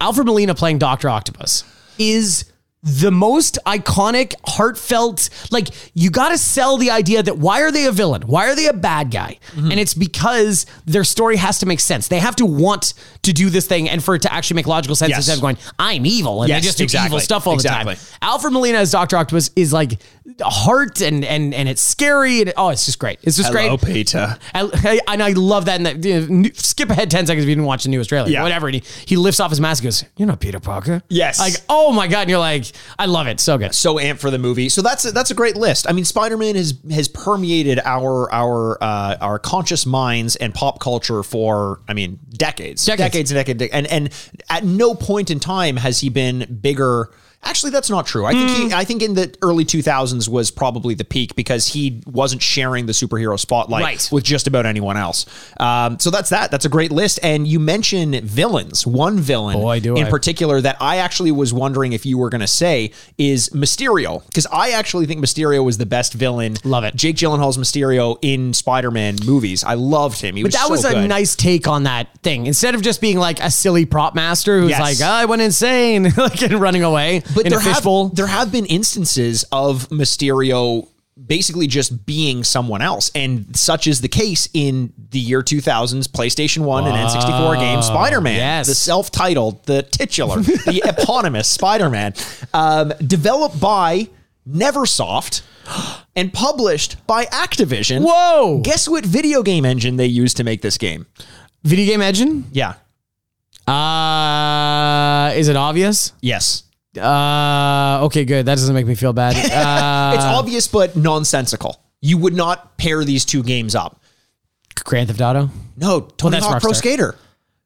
Alfred Molina playing Doctor Octopus is the most iconic, heartfelt. Like you got to sell the idea that why are they a villain? Why are they a bad guy?
Mm-hmm.
And it's because their story has to make sense. They have to want to do this thing, and for it to actually make logical sense,
Yes.
instead of going, "I'm evil," and
Yes,
they just do
exactly.
evil stuff all
Exactly.
the time. Alfred Molina as Doctor Octopus is like heart, and and and it's scary, and oh, it's just great. It's just
Hello,
great.
Peter.
I, I- and I love that. And that you know, skip ahead ten seconds if you didn't watch the newest trailer,
Yeah.
whatever. And he, he lifts off his mask, and goes, "You're not Peter Parker."
Yes.
Like, oh my god! And you're like, I love it. So good.
so amped for the movie. So that's a, that's a great list. I mean, Spider Man has has permeated our our uh, our conscious minds and pop culture for I mean decades,
Decades.
and decades, dec- and and at no point in time has he been bigger. Actually, that's not true. I think
Hmm.
he, I think in the early 2000s was probably the peak because he wasn't sharing the superhero spotlight
Right.
with just about anyone else. Um, so that's that. That's a great list. And you mention villains. One villain
Boy, do
in
I.
particular that I actually was wondering if you were going to say is Mysterio because I actually think Mysterio was the best villain.
Love it.
Jake Gyllenhaal's Mysterio in Spider-Man movies. I loved him. He
But
was
that
so
was a
good.
nice take on that thing. Instead of just being like a silly prop master who's
Yes.
like, oh, I went insane, like and running away
But
in
there
a fishbowl.
have there have been instances of Mysterio basically just being someone else and such is the case in the year 2000's PlayStation 1 and N64 game Spider-Man
yes.
the self-titled the titular the eponymous Spider-Man um, developed by Neversoft and published by Activision
Whoa!
guess what video game engine they used to make this game
Video game engine.
yeah
Uh, is it obvious?
yes
Uh, okay, good. That doesn't make me feel bad. Uh,
it's obvious but nonsensical you would not pair these two games up
Grand Theft Auto.
No, Tony
that's
Hawk Pro
Rockstar.
Skater.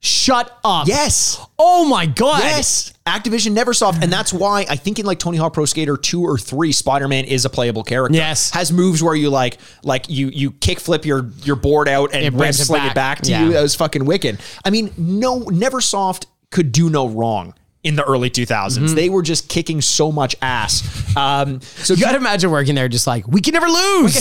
Shut up.
Yes.
Oh my god.
Yes. Activision Neversoft. And that's why I think in like Tony Hawk Pro Skater 2 or 3, Spider-Man is a playable character.
Yes.
Has moves where you like like you you kick flip your your board out and
It
web
brings it
sling it
back.
back to
Yeah.
you. That was fucking wicked. I mean, no Neversoft could do no wrong. in the early 2000s.
Mm-hmm.
They were just kicking so much ass. Um, so
You gotta imagine working there just like, we can never lose.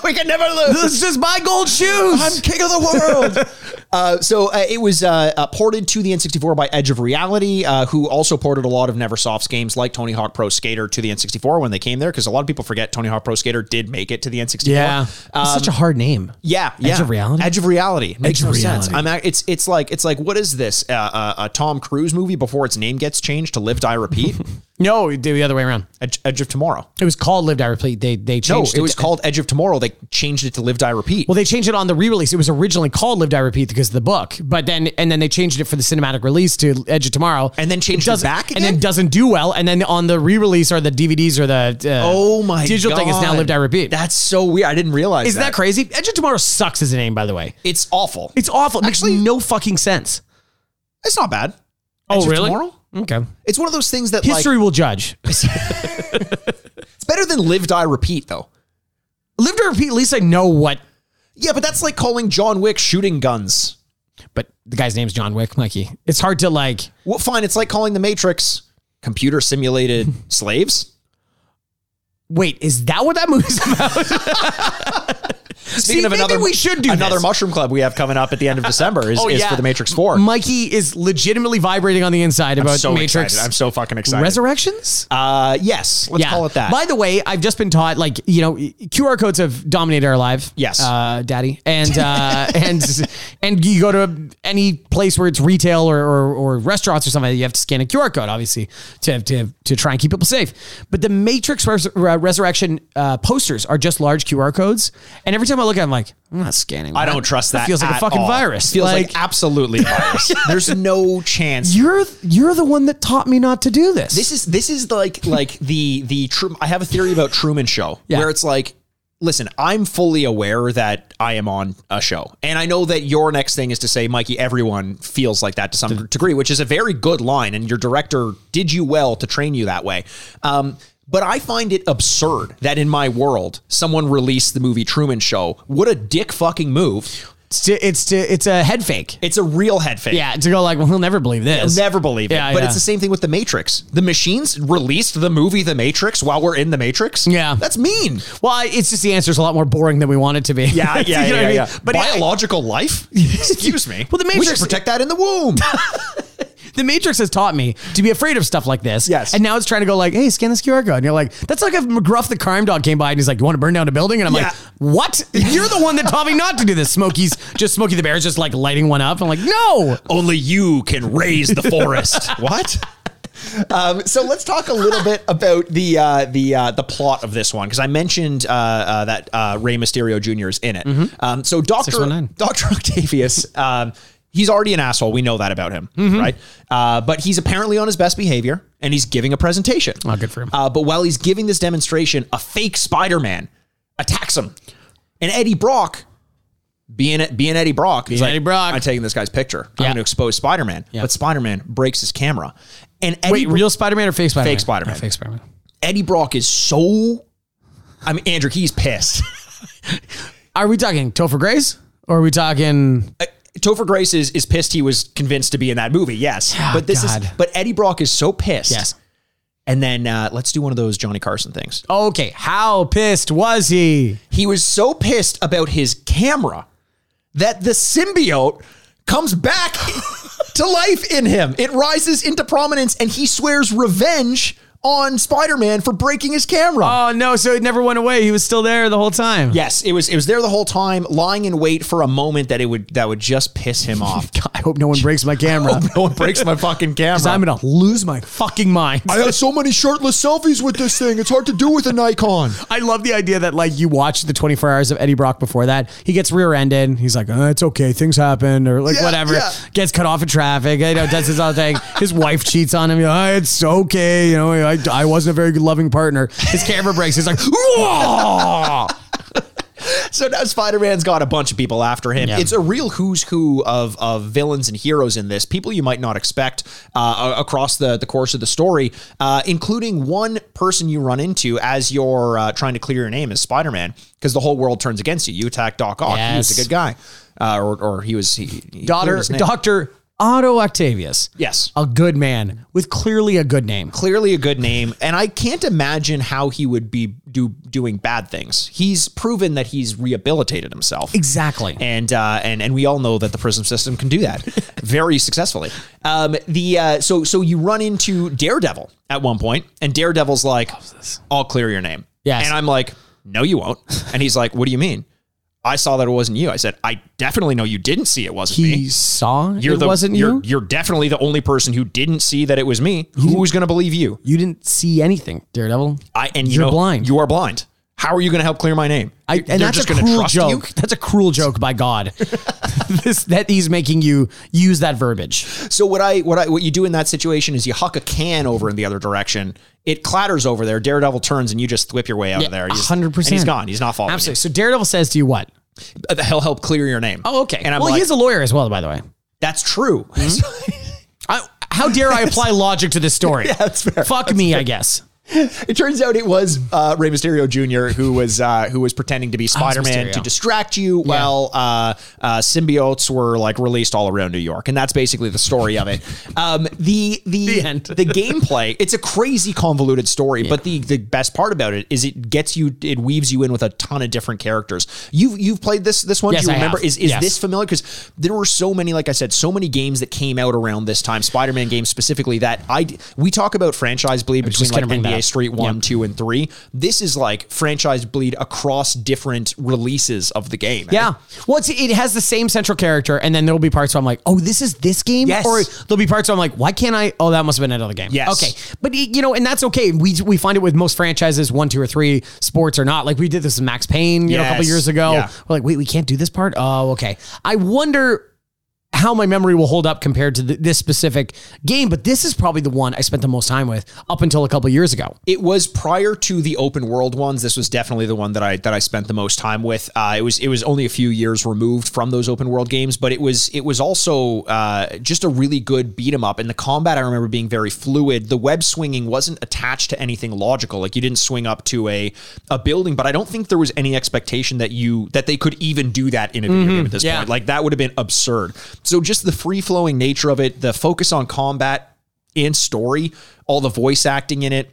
we can never lose.
this is my gold shoes.
I'm king of the world. uh, so uh, it was uh, uh, ported to the N64 by Edge of Reality, uh, who also ported a lot of NeverSoft's games like Tony Hawk Pro Skater to the N64 when they came there, because a lot of people forget Tony Hawk Pro Skater did make it to the N64.
yeah.
Um,
That's such a hard name.
yeah,
Edge
yeah.
of Reality?
Edge of reality. It makes
Edge
no
of
sense.
Reality.
I'm at, it's it's like it's like what is this? Uh, uh, a Tom Cruise movie before its name gets changed to Live Die Repeat?
No, the other way around.
Edge, Edge of Tomorrow.
It was called Live Die Repeat. They they
No,
changed
it was
to-
called Edge of Tomorrow. They changed it to Live Die Repeat.
Well, they changed it on the re-release. It was originally called Live Die Repeat because of the book, but then and then they changed it for the cinematic release to Edge of Tomorrow,
And then changed it
doesn't-
back
and then
again?
doesn't do well. And then on the re-release or the DVDs or the uh,
oh my
digital thing is now
God.
Live Die Repeat.
That's so weird. I didn't realize
Isn't that crazy? Edge of Tomorrow sucks as a name, by the way.
It's awful.
It's awful. It Actually,
Actually-
makes no fucking sense.
It's not bad. Edge of Tomorrow?
Okay.
It's one of those things that
History
like
will judge.
it's better than live die repeat though.
Live Die Repeat. At least I know what.
Yeah, but that's like calling John Wick shooting guns.
But the guy's name's John Wick, Mikey. It's hard to like.
Well, fine. It's like calling the Matrix computer simulated slaves.
Wait, is that what that movie's about?
Speaking
maybe we should do
another
this. Oh,
mushroom club we have coming up at the end of December is, is for the Matrix Four.
Mikey is legitimately vibrating on the inside about
so
Matrix
excited. I'm so fucking excited.
Resurrections.
uh, yes, let's call it that.
By the way, I've just been taught like you know QR codes have dominated our life.
Yes.
uh, Daddy, and uh, and and you go to any place where it's retail or, or or restaurants or something, you have to scan a QR code, obviously, to to to try and keep people safe. But the Matrix Res- uh, Resurrection uh, posters are just large QR codes, and every time I look at, them, I'm like, I'm not scanning.
I
that.
don't trust that.
feels like a
at
fucking
all.
virus.
Feels like,
Like-
absolutely a virus. There's no chance.
You're you're the one that taught me not to do this.
This is this is like like the the Truman. I have a theory about Truman Show
Yeah.
where it's like, listen, I'm fully aware that I am on a show, and I know that your next thing is to say, Mikey, everyone feels like that to some degree, which is a very good line, and your director did you well to train you that way. Um, but I find it absurd that in my world, someone released the movie Truman Show. What a dick fucking move!
it's to, it's to, it's a head fake.
It's a real head fake.
Yeah, to go like, well, he'll never believe this.
Never believe it.
Yeah,
but
yeah.
it's the same thing with The Matrix. The machines released the movie The Matrix while we're in The Matrix.
Yeah.
That's mean.
Well, I- it's just the answer's a lot more boring than we want it to be. You know what I mean? But
But
anyway,
Biological life? Excuse me.
Well, The
We should
Matrix-
protect that in the womb.
the Matrix has taught me to be afraid of stuff like this.
Yes.
And now it's trying to go like, hey, scan this QR code. And you're like, that's like if McGruff the crime dog came by and he's like, you want to burn down a building? And I'm
Yeah.
like, what? You're the one that taught me not to do this. Smokey's just Smokey the Bear's just like lighting one up. I'm like, no.
Only you can raise the forest. what? Um, so let's talk a little bit about the uh, the uh, the plot of this one because I mentioned uh, uh, that uh, Ray Mysterio Jr. is in it.
Mm-hmm.
Um, so Doctor
619.
Doctor Octavius, um, he's already an asshole. We know that about him,
Mm-hmm.
right? Uh, but he's apparently on his best behavior and he's giving a presentation.
Oh, good for him.
Uh, but while he's giving this demonstration, a fake Spider Man attacks him, and Eddie Brock. Being, being Eddie Brock, he's
Being Eddie Brock.
I'm taking this guy's picture. I'm
Yeah.
going to expose Spider Man. But Spider Man breaks his camera. And Eddie,
Wait, real Spider-Man or fake Spider-Man?
Fake Spider-Man.
Oh, fake Spider-Man.
Eddie Brock is so. I mean, Andrew, he's pissed.
Are we talking Topher Grace? Or are we talking
Uh, Topher Grace is, is pissed he was convinced to be in that movie, yes. but this is.
Oh, God.
But Eddie Brock is so pissed.
Yes.
And then uh, let's do one of those Johnny Carson things.
Okay, how pissed was he?
He was so pissed about his camera that the symbiote comes back to life in him. It rises into prominence and he swears revenge on Spider Man for breaking his camera.
Oh no, so it never went away. He was still there the whole time.
Yes, it was. It was there the whole time, lying in wait for a moment that it would that would just piss him off.
God, I hope no one breaks my camera.
no one breaks my fucking camera.
I'm gonna lose my fucking mind.
I have so many shirtless selfies with this thing. It's hard to do with a Nikon.
I love the idea that like you watch the 24 hours of Eddie Brock before that. He gets rear-ended. He's like, oh, "It's okay, things happen," or like
Yeah,
whatever.
yeah.
Gets cut off in traffic. You know, does his other thing. His wife cheats on him. You know, "Oh, it's okay. You know, I, I wasn't a very good loving partner. His camera breaks. He's like, "Whoa!"
So now Spider Man's got a bunch of people after him.
Yeah.
It's a real who's who of of villains and heroes in this. People you might not expect uh, a- across the the course of the story, uh, including one person you run into as you're uh, trying to clear your name as Spider Man, because the whole world turns against you. You attack Doc Ock. He was
Yes.
a good guy, uh, or, or he was he, he cleared
daughter,
his name.
Doctor Otto Octavius.
Yes.
A good man with clearly a good name.
Clearly a good name, and I can't imagine how he would be do doing bad things. He's proven that he's rehabilitated himself.
Exactly.
and uh, and and we all know that the prism system can do that very successfully. Um, the uh, so so you run into Daredevil at one point, and Daredevil's like, "I'll clear your name."
Yes.
and I'm like, "No, you won't." And he's like, "What do you mean?" I saw that it wasn't you. I said, "I definitely know you didn't see it wasn't
he
me."
saw
You're
it
the,
wasn't
you're,
you.
You're definitely the only person who didn't see that it was me. Who's going to believe you?
You didn't see anything, Daredevil.
I and you
You're
know,
blind.
You are blind. How are you going to help clear my name?
I,
They're
and that's
just
a
gonna
cruel
trust
joke.
you?
That's a cruel joke by God. this, that he's making you use that verbiage.
So what I what I what you do in that situation is you huck a can over in the other direction. It clatters over there. Daredevil turns and you just whip your way out of there. You just-
100%.
and He's gone. He's not following.
Absolutely. So Daredevil says to you what?
You. He'll help clear your name.
Oh, okay.
And I'm
well,
like,
he's a Mm-hmm. lawyer as well, by the way.
that's true.
I, how dare I apply logic to this story? yeah,
that's fair.
Fuck me, I guess.
it turns out it was uh, Rey Mysterio Jr. who was uh, who was pretending to be Spider Man
Ah, Mysterio.
to distract you while uh, uh, symbiotes were like released all around New York, and that's basically the story of it. Um, the the
The end.
the gameplay it's a crazy convoluted story, but the the best part about it is it gets you it weaves you in with a ton of different characters. You've you've played this this one?
Yes,
Do you
I
remember?
have.
Is is
Yes.
this familiar? Because there were so many, like I said, so many games that came out around this time, Spider Man games specifically. That I we talk about franchise bleed between
just
like
gonna bring that
NBA
up.
Street One,
Yep.
two, and three. This is like franchise bleed across different releases of the game.
Yeah. Well, it's, it has the same central character, and then there'll be parts where I'm like, oh, this is this game?
Yes.
Or there'll be parts where I'm like, why can't I? Oh, that must have been another game.
Yes.
Okay. But, it- you know, and that's okay. We, we find it with most franchises, one, two, or three, sports or not. Like we did this with Max Payne, you know, a couple
Yes.
years ago.
Yeah.
We're like, wait, we can't do this part? Oh, okay. I wonder how my memory will hold up compared to th- this specific game, but this is probably the one I spent the most time with up until a couple years ago.
It was prior to the open world ones. This was definitely the one that I that I spent the most time with. Uh, it was it was only a few years removed from those open world games, but it was it was also uh, just a really good beat 'em up. And the combat I remember being very fluid. The web swinging wasn't attached to anything logical. Like you didn't swing up to a a building, but I don't think there was any expectation that you that they could even do that in a video game at this
Yeah.
point. Like that would have been absurd. So just the free flowing nature of it, the focus on combat and story, all the voice acting in it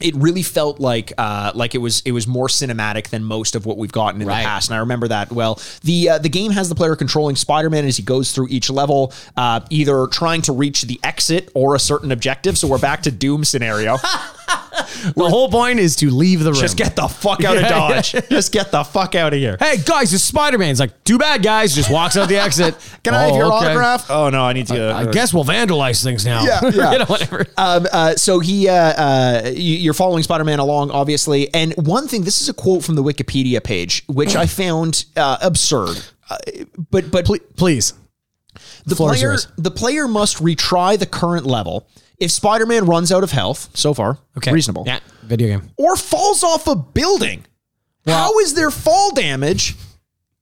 it really felt like uh, like it was it was more cinematic than most of what we've gotten in the
Right.
past, and I remember that well. the uh, The game has the player controlling Spider Man as he goes through each level, uh, either trying to reach the exit or a certain objective. So we're back to Doom scenario.
The whole point is to leave the room.
Just get the fuck out of
Yeah.
Dodge. Just get the fuck out of here.
hey guys, it's Spider Man. He's like, too bad, guys. Just walks out the exit.
Can I have
Oh,
your
okay. Uh,
autograph? Oh no, I need to.
I guess we'll vandalize things now.
Yeah, yeah.
you know, whatever.
Um, uh, so he, uh, uh, you- you're following Spider-Man along, obviously. And one thing, this is a quote from the Wikipedia page, which I found uh, absurd. Uh, but but
Please.
the
floor is
player
yours.
the player must retry the current level if Spider-Man runs out of health. So far, reasonable,
Yeah. Video game.
or falls off a building. How is there fall damage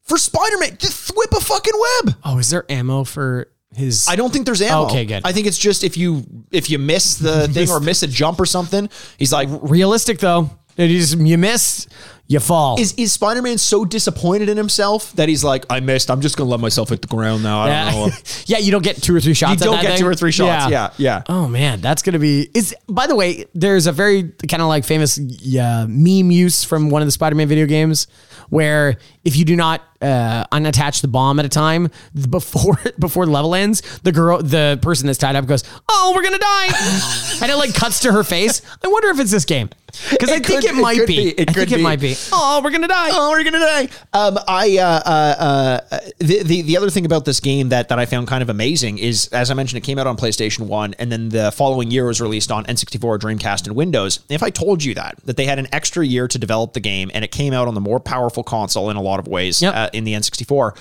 for Spider-Man? Just whip a fucking web.
Oh, is there ammo for his?
I don't think there's ammo.
Okay, good.
I think it's just if you if you miss the thing or miss a jump or something, he's like,
Realistic though. It is you miss, you fall.
is is Spider Man so disappointed in himself that he's like, I missed. I'm just gonna let myself hit the ground now. I don't
yeah.
know.
yeah, you don't get two or three shots.
you
at
don't
that
get
thing.
two or three shots. Yeah, yeah.
Oh man, that's gonna be. Is by the way, there's a very kind of like famous yeah, meme use from one of the Spider-Man video games where if you do not uh, unattach the bomb at a time th- before before the level ends, the girl, the person that's tied up goes, "Oh, we're gonna die," and it like cuts to her face. I wonder if it's this game because I think
could-
it
it
might
could
be.
be, it
I
could
think it
be.
might be. Oh, we're gonna die.
Oh, we're gonna die. Um, I uh, uh, uh, the, the the other thing about this game that that I found kind of amazing is, as I mentioned, it came out on PlayStation One, and then the following year was released on N64, Dreamcast, and Windows. If I told you that that they had an extra year to develop the game, and it came out on the more powerful console in a lot of ways
Yep.
uh, in the N64,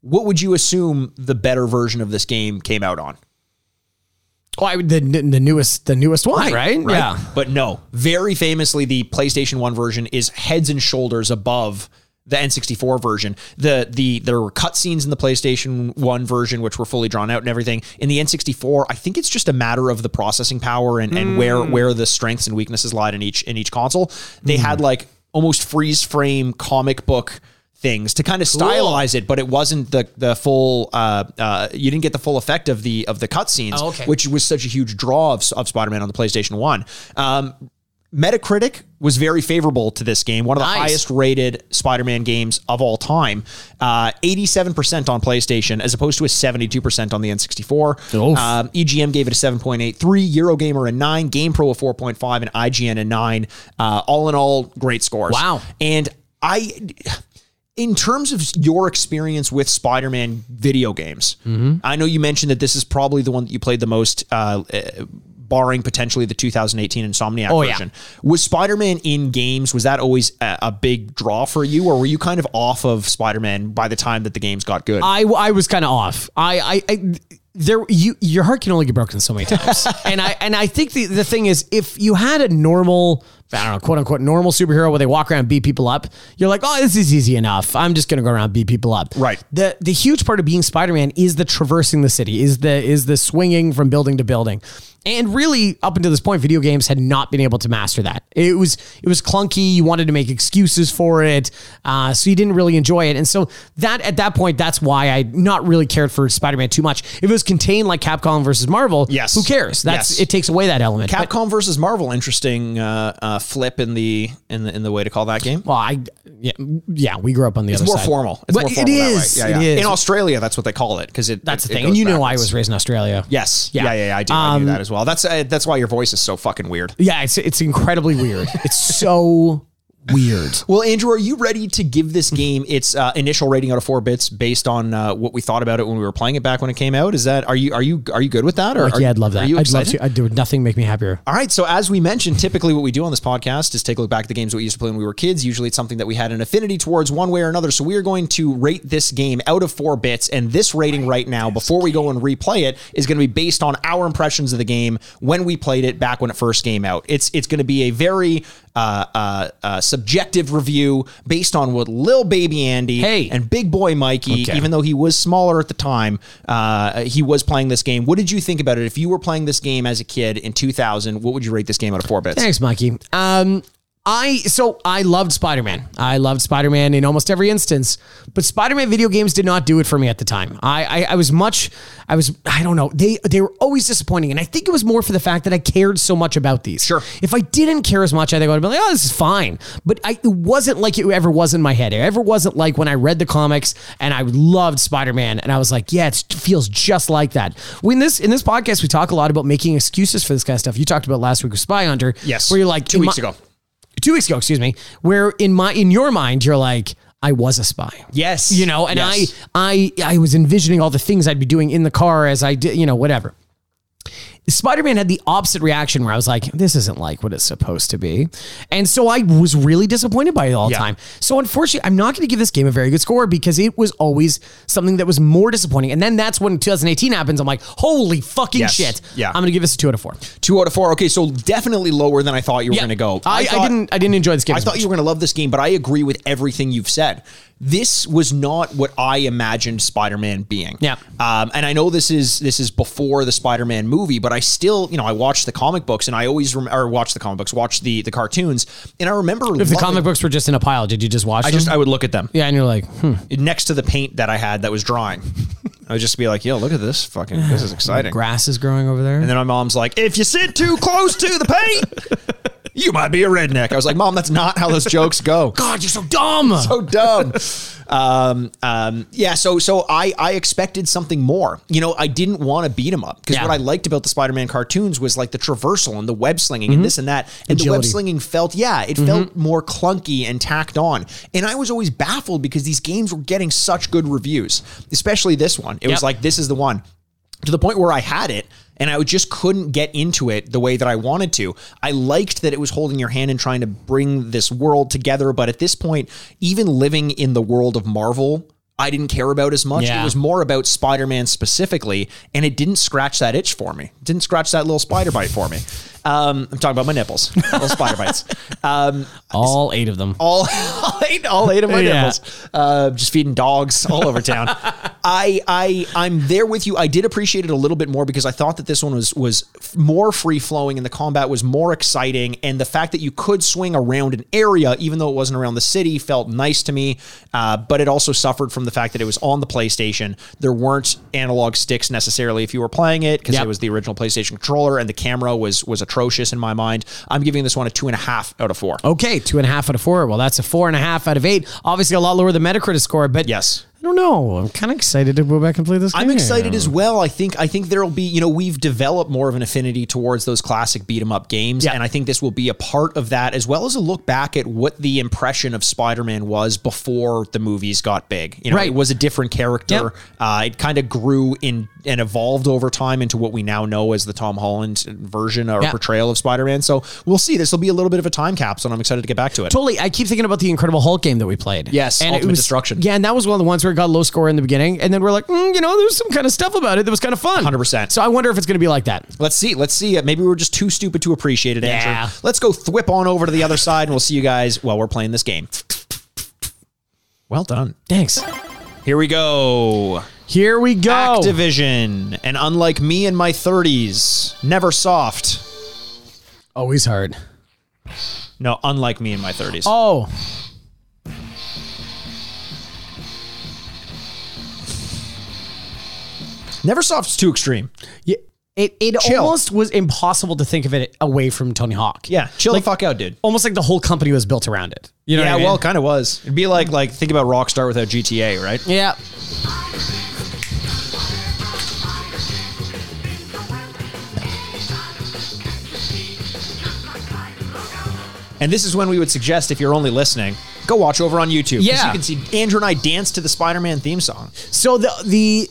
what would you assume the better version of this game came out on?
Oh, I, the the newest the newest one, right? Yeah.
But no, very famously, the PlayStation One version is heads and shoulders above the N64 version. The the there were cutscenes in the PlayStation One version, which were fully drawn out and everything. In the N64, I think it's just a matter of the processing power and, and where
Mm.
where the strengths and
Mm.
weaknesses lied in each in each console. They had like almost freeze frame comic book things to kind of stylize it, but it wasn't the the full. Uh, uh, you didn't get the full effect of the of the cutscenes,
Oh, okay.
which was such a huge draw of, of Spider Man on the PlayStation One. Um, Metacritic was very favorable to this game, one of the
Nice.
highest rated Spider Man games of all time. Uh, 87% on PlayStation as opposed to a 72% on the N64.
Oof.
Um, EGM gave it a 7.83, Eurogamer a 9, GamePro a 4.5, and IGN a 9. Uh, all in all, great scores.
Wow.
And I. In terms of your experience with Spider-Man video games,
Mm-hmm.
I know you mentioned that this is probably the one that you played the most uh, barring potentially the 2018 Insomniac
Oh, yeah.
version. Was Spider-Man in games? Was that always a, a big draw for you, or were you kind of off of Spider-Man by the time that the games got good?
I, I was kind of off. I, I, I there you your heart can only get broken so many times. and I and I think the, the thing is if you had a normal I don't know, quote unquote normal superhero where they walk around and beat people up, you're like, oh, this is easy enough. I'm just gonna go around and beat people up.
Right.
The the huge part of being Spider-Man is the traversing the city, is the is the swinging from building to building. And really, up until this point, video games had not been able to master that. It was it was clunky. You wanted to make excuses for it, uh, so you didn't really enjoy it. And so that at that point, that's why I not really cared for Spider-Man too much. If it was contained like Capcom versus Marvel,
Yes.
who cares? That's
Yes.
it takes away that element. But-
Capcom versus Marvel, interesting uh, uh, flip in the in the in the way to call that game.
well, I yeah, yeah, we grew up on the other
It's more
side.
formal. It's
But
more formal
It
that way.
is.
Yeah, yeah.
It is.
In Australia, that's what they call it because it.
that's
it- it
the thing.
goes
And you know, I
backwards.
was raised in Australia.
Yes. Yeah.
Yeah.
Yeah. Yeah. I do. I knew that as well. That's uh, that's why your voice is so fucking weird.
Yeah, it's it's incredibly weird. It's so weird.
Well, Andrew, are you ready to give this game its uh, initial rating out of four bits based on uh, what we thought about it when we were playing it back when it came out? Is that are you are you are you good with that? Or are
yeah,
you-
I'd love that.
Are you
I'd love
excited?
to. I'd do nothing make me happier.
All right. So as we mentioned, typically what we do on this podcast is take a look back at the games we used to play when we were kids. Usually it's something that we had an affinity towards one way or another. So we are going to rate this game out of four bits. And this rating right now, before we go and replay it, is going to be based on our impressions of the game when we played it back when it first came out. It's it's going to be a very uh, uh, uh, subjective review based on what little baby Andy
Hey.
and big boy Mikey,
Okay.
even though he was smaller at the time, uh, he was playing this game. What did you think about it? If you were playing this game as a kid in 2000, what would you rate this game out of four bits?
Thanks, Mikey. Um, I so I loved Spider Man. I loved Spider Man in almost every instance, but Spider Man video games did not do it for me at the time. I, I I was much I was I don't know they they were always disappointing, and I think it was more for the fact that I cared so much about these.
Sure.
If I didn't care as much, I think I would be like, oh, this is fine. But I, it wasn't like it ever was in my head. It ever wasn't like when I read the comics and I loved Spider Man and I was like, yeah, it feels just like that. When this in this podcast, we talk a lot about making excuses for this kind of stuff. You talked about last week with Spy Hunter,
Yes.
where you're like
two
in
weeks
my-
ago.
two weeks ago, excuse me, where in my in your mind you're like, I was a spy.
Yes.
You know, and
Yes.
I I I was envisioning all the things I'd be doing in the car as I did, you know, whatever. Spider-Man had the opposite reaction where I was like, this isn't like what it's supposed to be. And so I was really disappointed by it all the
Yeah.
time. So unfortunately, I'm not going to give this game a very good score because it was always something that was more disappointing. And then that's when 2018 happens. I'm like, holy fucking
Yes.
shit.
Yeah.
I'm going to give this a two out of four.
Two out of four. Okay, so definitely lower than I thought you were going to go.
I, I,
thought-
didn't, I didn't enjoy this game.
I
as
thought
much.
you were going to love this game, but I agree with everything you've said. This was not what I imagined Spider-Man being.
Yeah.
Um, and I know this is this is before the Spider-Man movie, but I still, you know, I watched the comic books and I always rem- or watched the comic books, watched the the cartoons, and I remember
If the comic books were just in a pile, did you just watch
I
them?
just I would look at them
yeah, and you're like, hmm,
next to the paint that I had that was drawing. I would just be like, "Yo, look at this fucking! This is exciting."
grass is growing over there.
And then my mom's like, if you sit too close to the paint, you might be a redneck. I was like, Mom, that's not how those jokes go.
God, you're so dumb.
so dumb. Um, um, yeah, so so I I expected something more. You know, I didn't want to beat him up because
Yeah.
what I liked about the Spider-Man cartoons was like the traversal and the web slinging and this and that. And the web
Mm-hmm. Agility. Mm-hmm.
slinging felt yeah, it felt more clunky and tacked on. And I was always baffled because these games were getting such good reviews, especially this one. It was
Yep.
like this is the one to the point where I had it and I just couldn't get into it the way that I wanted to. I liked that it was holding your hand and trying to bring this world together, but at this point, even living in the world of Marvel, I didn't care about as much.
Yeah.
It was more about Spider Man specifically, and it didn't scratch that itch for me. It didn't scratch that little spider bite for me. Um, I'm talking about my nipples, little spider bites. Um,
All eight of them.
all, all eight, all eight of my
Yeah.
nipples. Uh, just feeding dogs all over town. I, I, I'm there with you. I did appreciate it a little bit more because I thought that this one was was f- more free flowing and the combat was more exciting. And the fact that you could swing around an area, even though it wasn't around the city, felt nice to me. Uh, but it also suffered from the fact that it was on the PlayStation. There weren't analog sticks necessarily if you were playing it because
Yep.
it was the original PlayStation controller and the camera was was atrocious in my mind. I'm giving this one a two and a half out of four.
Okay, two and a half out of four. Well, that's a four and a half out of eight. Obviously, a lot lower than Metacritic score, but
Yes.
I don't know. I'm kind of excited to go back and play this.
I'm
game.
excited as well. I think I think there'll be you know we've developed more of an affinity towards those classic beat 'em up games,
Yeah.
and I think this will be a part of that as well as a look back at what the impression of Spider-Man was before the movies got big. You know,
Right.
it was a different character. Uh, it kind of grew in and evolved over time into what we now know as the Tom Holland version or
Yeah.
portrayal of Spider-Man. So we'll see. This will be a little bit of a time capsule, and I'm excited to get back to it.
Totally. I keep thinking about the Incredible Hulk game that we played.
Yes,
and it
Ultimate
was-
Destruction.
Yeah, and that was one of the ones where it got low score in the beginning, and then we're like, mm, you know, there's some kind of stuff about it that was kind of fun.
100%.
So I wonder if it's going to be like that.
Let's see. Let's see. uh, Maybe we were just too stupid to appreciate it, Andrew.
Yeah.
Let's go thwip on over to the other side and we'll see you guys while we're playing this game. Well done.
Thanks.
Here we go.
Here we go.
Activision. And unlike me in my 30s, never soft.
Always hard.
No, unlike me in my 30s.
Oh.
Never soft's too extreme.
Yeah. It, it
Chill.
almost was impossible to think of it away from Tony Hawk.
Yeah. Chill
Like-
the fuck out, dude.
Almost like the whole company was built around it. You know
yeah,
what I mean?
well, kind of was. It'd be like like think about Rockstar without GTA, right?
Yeah.
And this is when we would suggest if you're only listening, go watch over on YouTube. 'cause
Yeah.
you can see Andrew and I dance to the Spider-Man theme song.
So the the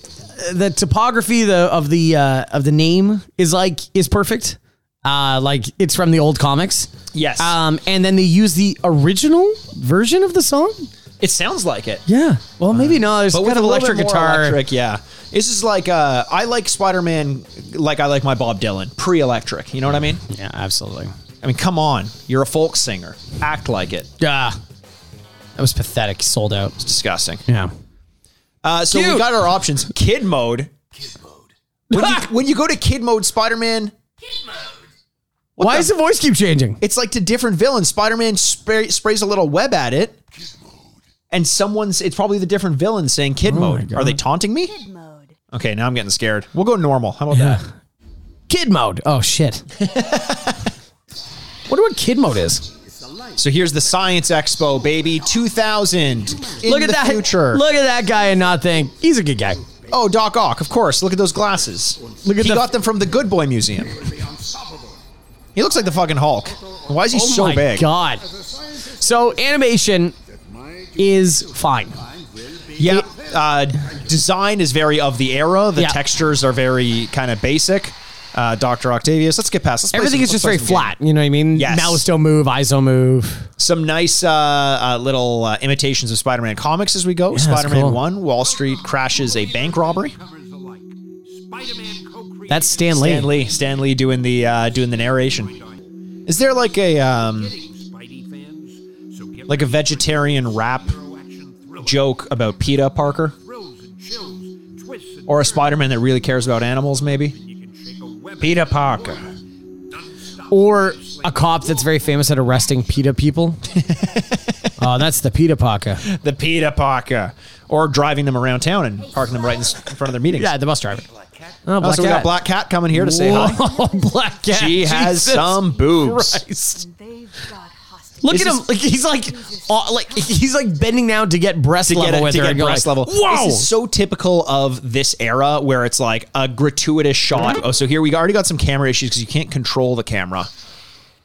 the topography the, of the uh, of the name is like is perfect. Uh, like it's from the old comics.
Yes.
Um, and then they use the original version of the song.
It sounds like it.
Yeah. Uh, Well, maybe no. There's
But
got
with
an
an
electric guitar.
electric, yeah. This is like uh, I like Spider Man, like I like my Bob Dylan, pre-electric. You know what I mean?
Yeah, absolutely.
I mean, come on, you're a folk singer, act like it.
Yeah. That was pathetic. Sold out.
Disgusting.
Yeah.
Uh, so
Cute.
we got our options: kid mode. Kid mode. When you, when you go to kid mode, Spider Man,
Why does the voice keep changing?
it's like to different villains. Spider Man spray, sprays a little web at it. And someone's, it's probably the different villain saying kid mode. Are they taunting me?
mode.
Okay, now I'm getting scared. We'll go normal. How about that?
Kid mode. Oh shit. Wonder what kid mode is.
So here's the Science Expo, baby, 2000. In
Look at
the
that.
future.
Look at that guy and not think he's a good guy.
Oh, Doc Ock, of course. Look at those glasses.
Look at
he
the-
got them from the Good Boy Museum. He looks like the fucking Hulk. Why is he so
Oh my
big?
god. So animation is fine.
Yeah, uh, design is very of the era. The
Yeah.
textures are very kind of basic. Uh, Doctor Octavius, let's get past. Let's play
Everything
some-
is
let's
just
play
very
some game.
flat. You know what I mean?
Yes.
Mouths don't move. Eyes don't move.
Some nice uh, uh, little uh, imitations of Spider-Man comics as we go.
that's
Spider-Man
cool.
One, Wall Street crashes a bank robbery.
That's Stan Lee.
Stan Lee, Stan Lee doing the uh, doing the narration. Is there like a um, like a vegetarian rap joke about PETA Parker or a Spider-Man that really cares about animals? Maybe PETA Parker.
Or a cop that's very famous at arresting PETA people. oh, that's the PETA Paka.
The PETA Parker, or driving them around town and parking them right in s- in front of their meetings.
Yeah, the bus driver. Oh,
Oh, so we got Black Cat coming here to say hi.
Whoa, Black Cat.
She has
Jesus
some boobs.
Christ.
They've got hostages.
Look
Is
at him.
this-
Like he's like, aw- like he's like bending down to get breast
to
level
get, a,
with
to
her.
get
and go
breast
like,
level.
Whoa.
This is so typical of this era where it's like a gratuitous shot. Oh, so here we already got some camera issues because you can't control the camera,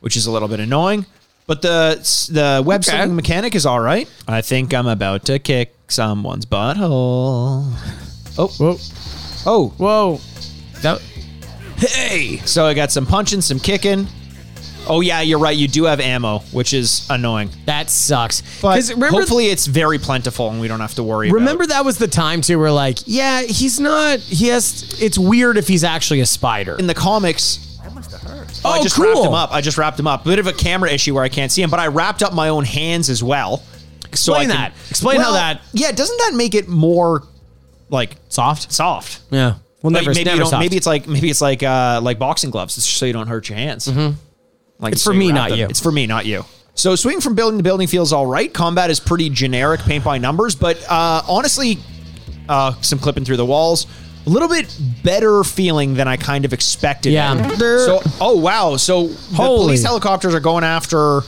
which is a little bit annoying. But the the web
Okay.
slinging mechanic is all right. I think I'm about to kick someone's butthole.
Whoa.
Oh,
Whoa. That- hey.
so I got some punching, some kicking. Oh yeah, you're right. You do have ammo, which is annoying.
That sucks.
But
'Cause remember,
hopefully, it's very plentiful, and we don't have to worry.
remember
about.
that was the time too where like, yeah, he's not. He has. It's weird if he's actually a spider.
in the comics, Oh, I
Oh,
just wrapped
cool.
him up. I just wrapped him up. Bit of a camera issue where I can't see him, but I wrapped up my own hands as well. So
Explain that. Explain how that-
Yeah, doesn't that make it more like
Soft.
soft?
Yeah.
Like,
Well, never.
maybe you
never
don't-
soft.
maybe it's like maybe it's like uh, like boxing gloves, it's just so you don't hurt your hands. Like
Mm-hmm. It's
so
for
you
me,
wrap
not
them.
you.
It's for me, not you. So swinging from building to building feels all right. Combat is pretty generic, paint by numbers, but uh, honestly, uh, some clipping through the walls. A little bit better feeling than I kind of expected.
Yeah.
So, oh wow. So
Holy.
the police helicopters are going after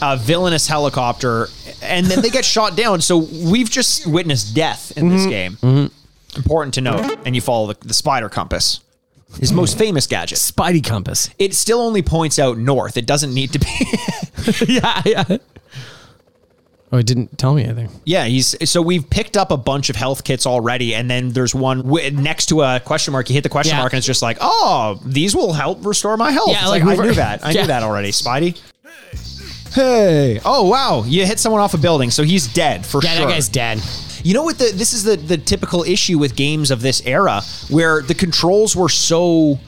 a villainous helicopter, and then they get shot down. So we've just witnessed death in
Mm-hmm.
this game. Important to note. And you follow the, the spider compass, his most famous gadget.
Spidey compass.
It still only points out north. It doesn't need to be.
yeah, yeah. Oh, it didn't tell me anything.
yeah, he's so we've picked up a bunch of health kits already, and then there's one w- next to a question mark. You hit the question
Yeah.
mark, and it's just like, oh, these will help restore my health.
Yeah,
It's
like
like, I
we've-
knew that. I
Yeah.
knew that already, Spidey. Hey! Oh wow, you hit someone off a building, so he's dead for
Yeah,
sure.
that guy's dead.
You know what? The, this is the the typical issue with games of this era, where the controls were so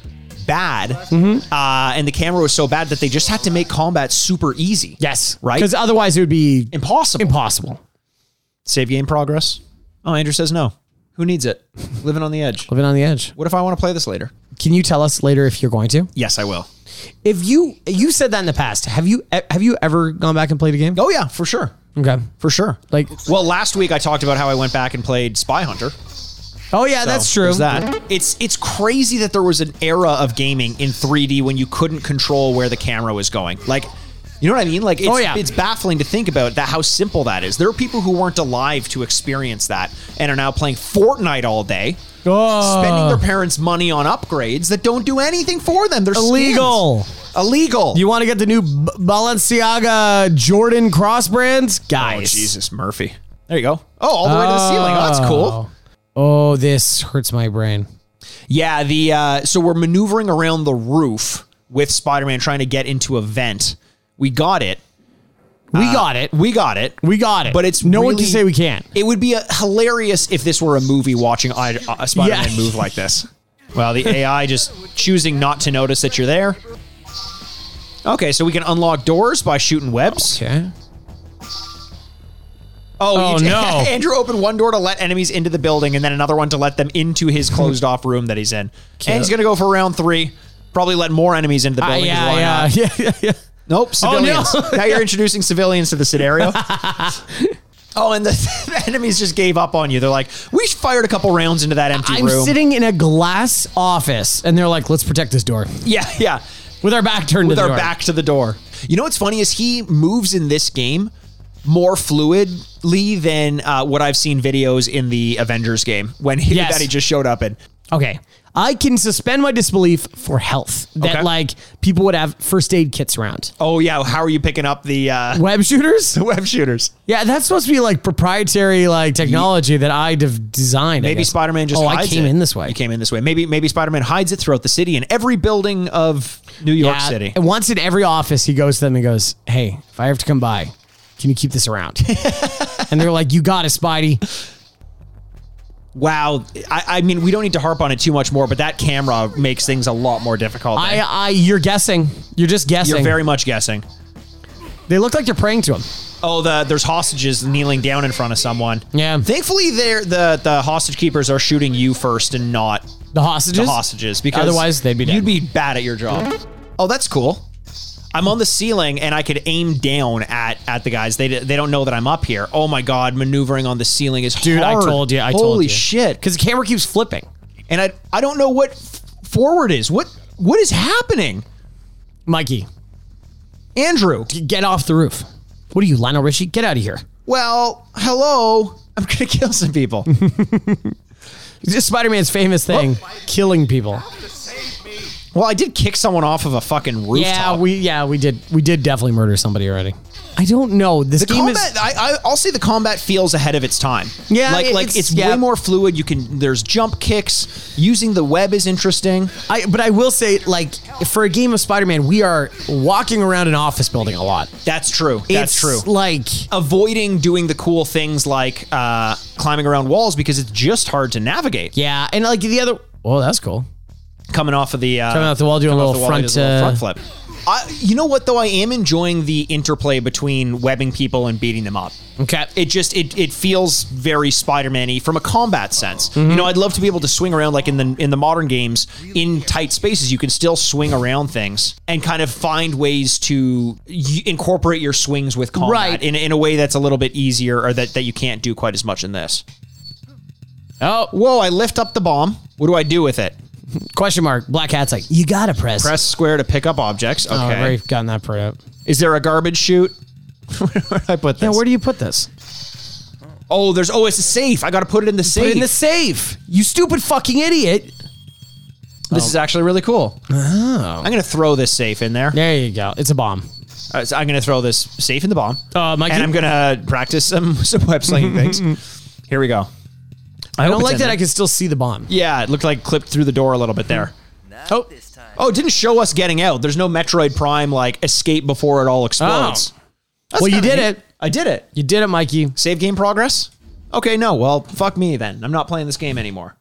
bad, uh, and the camera was so bad that they just had to make combat super easy.
Yes,
Right?
Because otherwise it would be
impossible.
impossible.
Save game progress. Oh, Andrew says no. Who needs it? Living on the edge.
Living on the edge.
What if I want to play this later?
Can you tell us later if you're going to?
Yes, I will.
If you you said that in the past, have you e, have you ever gone back and played a game?
Oh yeah, for sure,
Okay.
for sure.
Like-
well, last week I talked about how I went back and played Spy Hunter.
Oh yeah, that's true.
There's that. It's it's crazy that there was an era of gaming in 3D when you couldn't control where the camera was going. Like, you know what I mean? Like, it's,
Oh, yeah.
it's baffling to think about that how simple that is. There are people who weren't alive to experience that and are now playing Fortnite all day,
Oh.
spending their parents' money on upgrades that don't do anything for them. They're scams.
Illegal.
Illegal.
You want to get the new B- Balenciaga Jordan cross brands,
oh,
guys?
Jesus Murphy. There you go. Oh, all the way to the ceiling. Oh, that's cool.
Oh, this hurts my brain.
Yeah, the uh, so we're maneuvering around the roof with Spider-Man trying to get into a vent. We got it.
We got it.
We got it.
We got it.
But it's
no one can
really-
say we can't.
It would be uh hilarious if this were a movie watching I, uh, a Spider-Man
Yeah.
move like this. Well, the AI just choosing not to notice that you're there. Okay, so we can unlock doors by shooting webs.
Okay.
Oh,
Oh,
you-
no.
Andrew opened one door to let enemies into the building and then another one to let them into
Hmm.
his closed off room that he's in. And he's going to go for round three. Probably let more enemies into the building. 'cause why
Ah, yeah,
not?
yeah, yeah, yeah.
Nope,
Oh, no.
civilians. now you're introducing civilians to the scenario. oh, and the, the enemies just gave up on you. They're like, we fired a couple rounds into that empty
I'm
room.
sitting in a glass office, and they're like, "Let's protect this door
yeah, yeah.
with our back turned
With
to
our
the door."
back to the door. You know what's funny is he moves in this game more fluidly than uh, what I've seen videos in the Avengers game when he,
Yes.
that he just showed up in.
Okay, I can suspend my disbelief for health that
Okay.
like people would have first aid kits around.
Oh yeah, how are you picking up the uh,
Web shooters?
web shooters?
Yeah, that's supposed to be like proprietary like technology that I dev- designed. I
Maybe
guess.
Spider-Man just.
Oh, I
hides
came
it.
in this way.
You came in this way. Maybe maybe Spider-Man hides it throughout the city in every building of New York
Yeah,
City.
And once in every office, he goes to them and goes, "Hey, if I have to come by, can you keep this around?" and they're like, "You got it, Spidey."
Wow, I, I mean we don't need to harp on it too much more, but that camera makes things a lot more difficult.
I, uh, I, you're guessing. You're just guessing.
You're very much guessing.
they look like you're praying to him.
Oh, the there's hostages kneeling down in front of someone.
Yeah.
Thankfully, they're the the hostage keepers are shooting you first and not
The hostages.
the hostages because
Otherwise, they'd be dead.
you'd be bad at your job. Oh, that's cool. I'm on the ceiling and I could aim down at at the guys. They they don't know that I'm up here. Oh my god, maneuvering on the ceiling is
Dude,
hard.
I told you. I
Holy
told you.
shit!
Because the camera keeps flipping.
And I I don't know what f- forward is. What what is happening,
Mikey,
Andrew?
get off the roof. What are you, Lionel Richie? Get out of here.
Well, hello. I'm gonna kill some people.
This Spider Man's famous thing killing people.
well, I did kick someone off of a fucking rooftop.
Yeah, we yeah we did we did definitely murder somebody already. I don't know. This
The
game
combat,
is
I, I, I'll say the combat feels ahead of its time.
Yeah,
like
it-
like
it's-
it's,
yeah.
way more fluid. You can there's jump kicks. Using the web is interesting.
I but I will say like for a game of Spider Man we are walking around an office building a lot.
That's true. That's
it's
true.
Like
Avoiding doing the cool things like uh, climbing around walls because it's just hard to navigate.
yeah, and like the other. Well, that's cool.
coming off of the uh,
Coming off the wall, doing a
coming off
little
the wall, he does a
front, uh,
little front flip. I, you know what though, I am enjoying the interplay between webbing people and beating them up.
uh, Okay.
It just it it feels very Spider-Man-y from a combat sense. You know, I'd love to be able to swing around like in the in the modern games in tight spaces. You can still swing around things and kind of find ways to y- incorporate your swings with combat
Right.
in in a way that's a little bit easier or that that you can't do quite as much in this.
Oh,
Whoa! I lift up the bomb. What do I do with it?
question mark. Black Hat's like, you gotta press.
Press square to pick up objects. Okay.
Oh, I've already gotten that part out.
Is there a garbage chute? where do I put this?
Yeah, where do you put this?
oh, there's oh, it's a safe. I got to put it in the safe.
Put it in the safe. You stupid fucking idiot.
this
Oh.
is actually really cool. I'm gonna throw this safe in there.
There you go. It's a bomb.
Uh, so I'm gonna throw this safe in the bomb,
Uh, Mikey?
and I'm gonna practice some some web slinging things. Here we go. I,
I don't like that I can still see the bomb.
yeah, it looked like clipped through the door a little bit there.
Oh.
Oh, it didn't show us getting out. There's no Metroid Prime like escape before it all explodes. That's
Oh. Well, you
kinda
did
neat.
it.
I did it.
You did it, Mikey.
Save game progress? Okay, no. Well, fuck me then. I'm not playing this game anymore.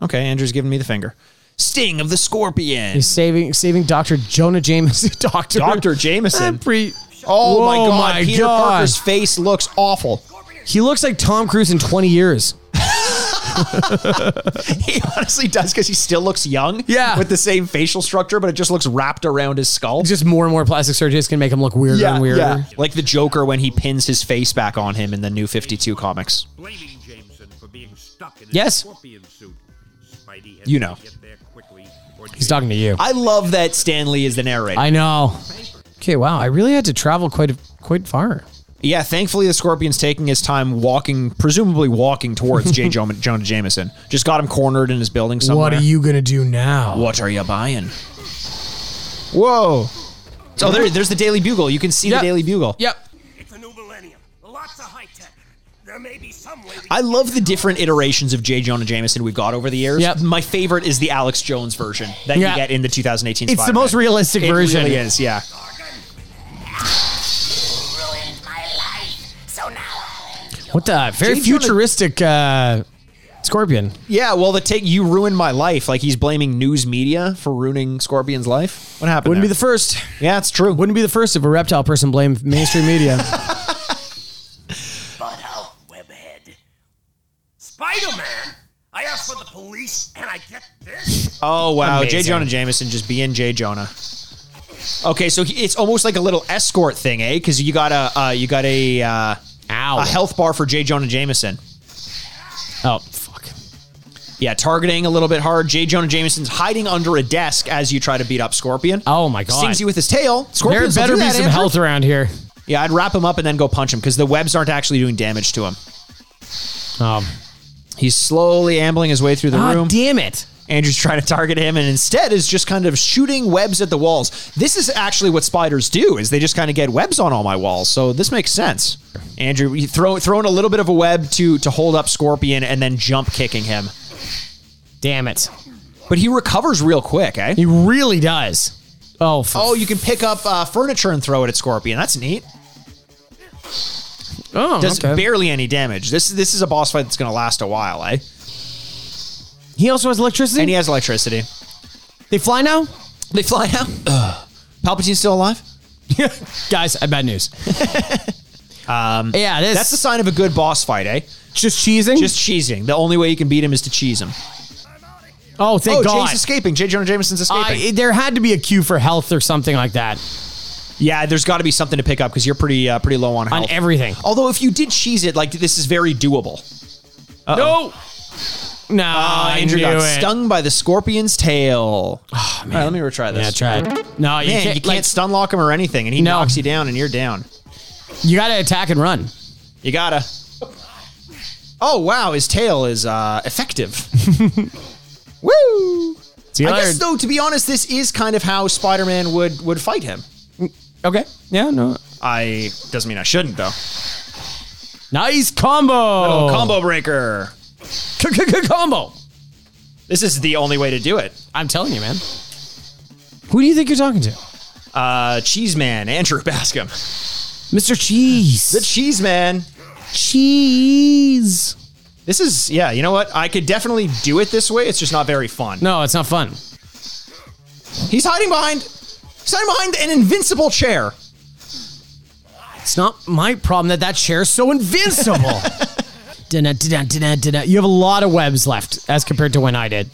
Okay, Andrew's giving me the finger. Sting of the Scorpion.
He's saving saving Dr. Jonah James. Dr.
Dr. Jameson.
Pre-
Oh my
Whoa,
god,
my
Peter
God.
Parker's face looks awful.
He looks like Tom Cruise in 20 years.
He honestly does because he still looks young.
Yeah.
With the same facial structure, but it just looks wrapped around his skull.
Just more and more plastic surgery is going to make him look weirder and weirder.
Like the Joker when he pins his face back on him in the new 52 comics.
blaming Jameson for being stuck in his
Yes.
scorpion suit. Spidey had
You
to
know.
get there quickly or
He's talking to you.
I love that Stanley is the narrator.
I know. Okay, wow. I really had to travel quite a, quite far.
Yeah, thankfully the Scorpion's taking his time walking, presumably walking towards J. Jo- Jonah Jameson. Just got him cornered in his building somewhere.
you going to do now?
What are you buying? Whoa. So Oh, there, there's the Daily Bugle. You can see
Yep.
the Daily Bugle.
Yep.
It's a new millennium. Lots of high tech. There may be some way to
I love the different iterations of J. Jonah Jameson we've got over the years.
Yep.
My favorite is the Alex Jones version that
Yeah.
you get in the 2018
It's the most
Spider-Man.
realistic
It
version.
really is, yeah.
ruined my life. So now
What the very
Jay Jonah-
futuristic uh, scorpion?
Yeah, well, the take you ruined my life. Like he's blaming news media for ruining Scorpion's life. What happened?
Wouldn't be
there?
the first.
yeah, it's true.
Wouldn't be the first if a reptile person blamed mainstream media.
butt out, webhead. Spider Man? I asked for the police and I get this?
Oh wow, J.
Amazing.
Jonah Jameson just being J. Jonah. Okay, so he, it's almost like a little escort thing, eh? Because you got a uh, you got a uh,
Ow.
a health bar for J. Jonah Jameson.
oh, fuck.
Yeah, targeting a little bit hard. J. Jonah Jameson's hiding under a desk as you try to beat up Scorpion.
Oh, my God.
Stings you with his tail.
There
Scorpion
better be some health around here.
Yeah, I'd wrap him up and then go punch him because the webs aren't actually doing damage to him.
Um,
He's slowly ambling his way through the room.
ah, damn it.
Andrew's trying to target him and instead is just kind of shooting webs at the walls. This is actually what spiders do is they just kind of get webs on all my walls. So this makes sense. Andrew you throw throwing a little bit of a web to to hold up Scorpion and then jump kicking him.
Damn it.
But he recovers real quick, eh?
He really does. Oh, for-
Oh, you can pick up uh, furniture and throw it at Scorpion. That's neat.
oh,
Does
okay.
barely any damage. This this is a boss fight that's going to last a while, eh?
He also has electricity.
And he has electricity.
they fly now?
They fly out. Ugh. Palpatine's still alive.
Guys, I have bad news. um, yeah, this,
That's the sign of a good boss fight, eh?
just cheesing.
Just cheesing. The only way you can beat him is to cheese him.
oh, thank
oh,
God.
Jay's escaping. Jay Jonah Jameson's escaping.
I, there had to be a cue for health or something like that
yeah, there's got to be something to pick up because you're pretty uh, pretty low on
on
health.
everything.
Although if you did cheese it, like this is very doable.
No, no,
Ah,
I
Andrew
knew
got
it. Ah,
stung by the scorpion's tail. Oh, man. All right, let me retry this.
Yeah, try it. No, you
Man,
can't.
you can't
like,
stun lock him or anything, and he
No.
knocks you down, and you're down.
you gotta attack and run.
You gotta. Oh wow, his tail is uh, effective. Woo!
See you
I guess
later.
though, to be honest, this is kind of how Spider-Man would would fight him.
Okay. Yeah. No.
I doesn't mean I shouldn't though.
Nice combo.
Oh, combo breaker.
combo.
This is the only way to do it.
I'm telling you, man. Who do you think you're talking to,
Uh, cheese man, Andrew Bascom.
Mr. Cheese?
The cheese man.
cheese.
This is yeah. You know what? I could definitely do it this way. It's just not very fun.
No, it's not fun.
He's hiding behind. He's hiding behind an invincible chair.
It's not my problem that that chair's so invincible. Dun-dun, dun-dun, dun-dun, dun-dun. You have a lot of webs left as compared to when I did.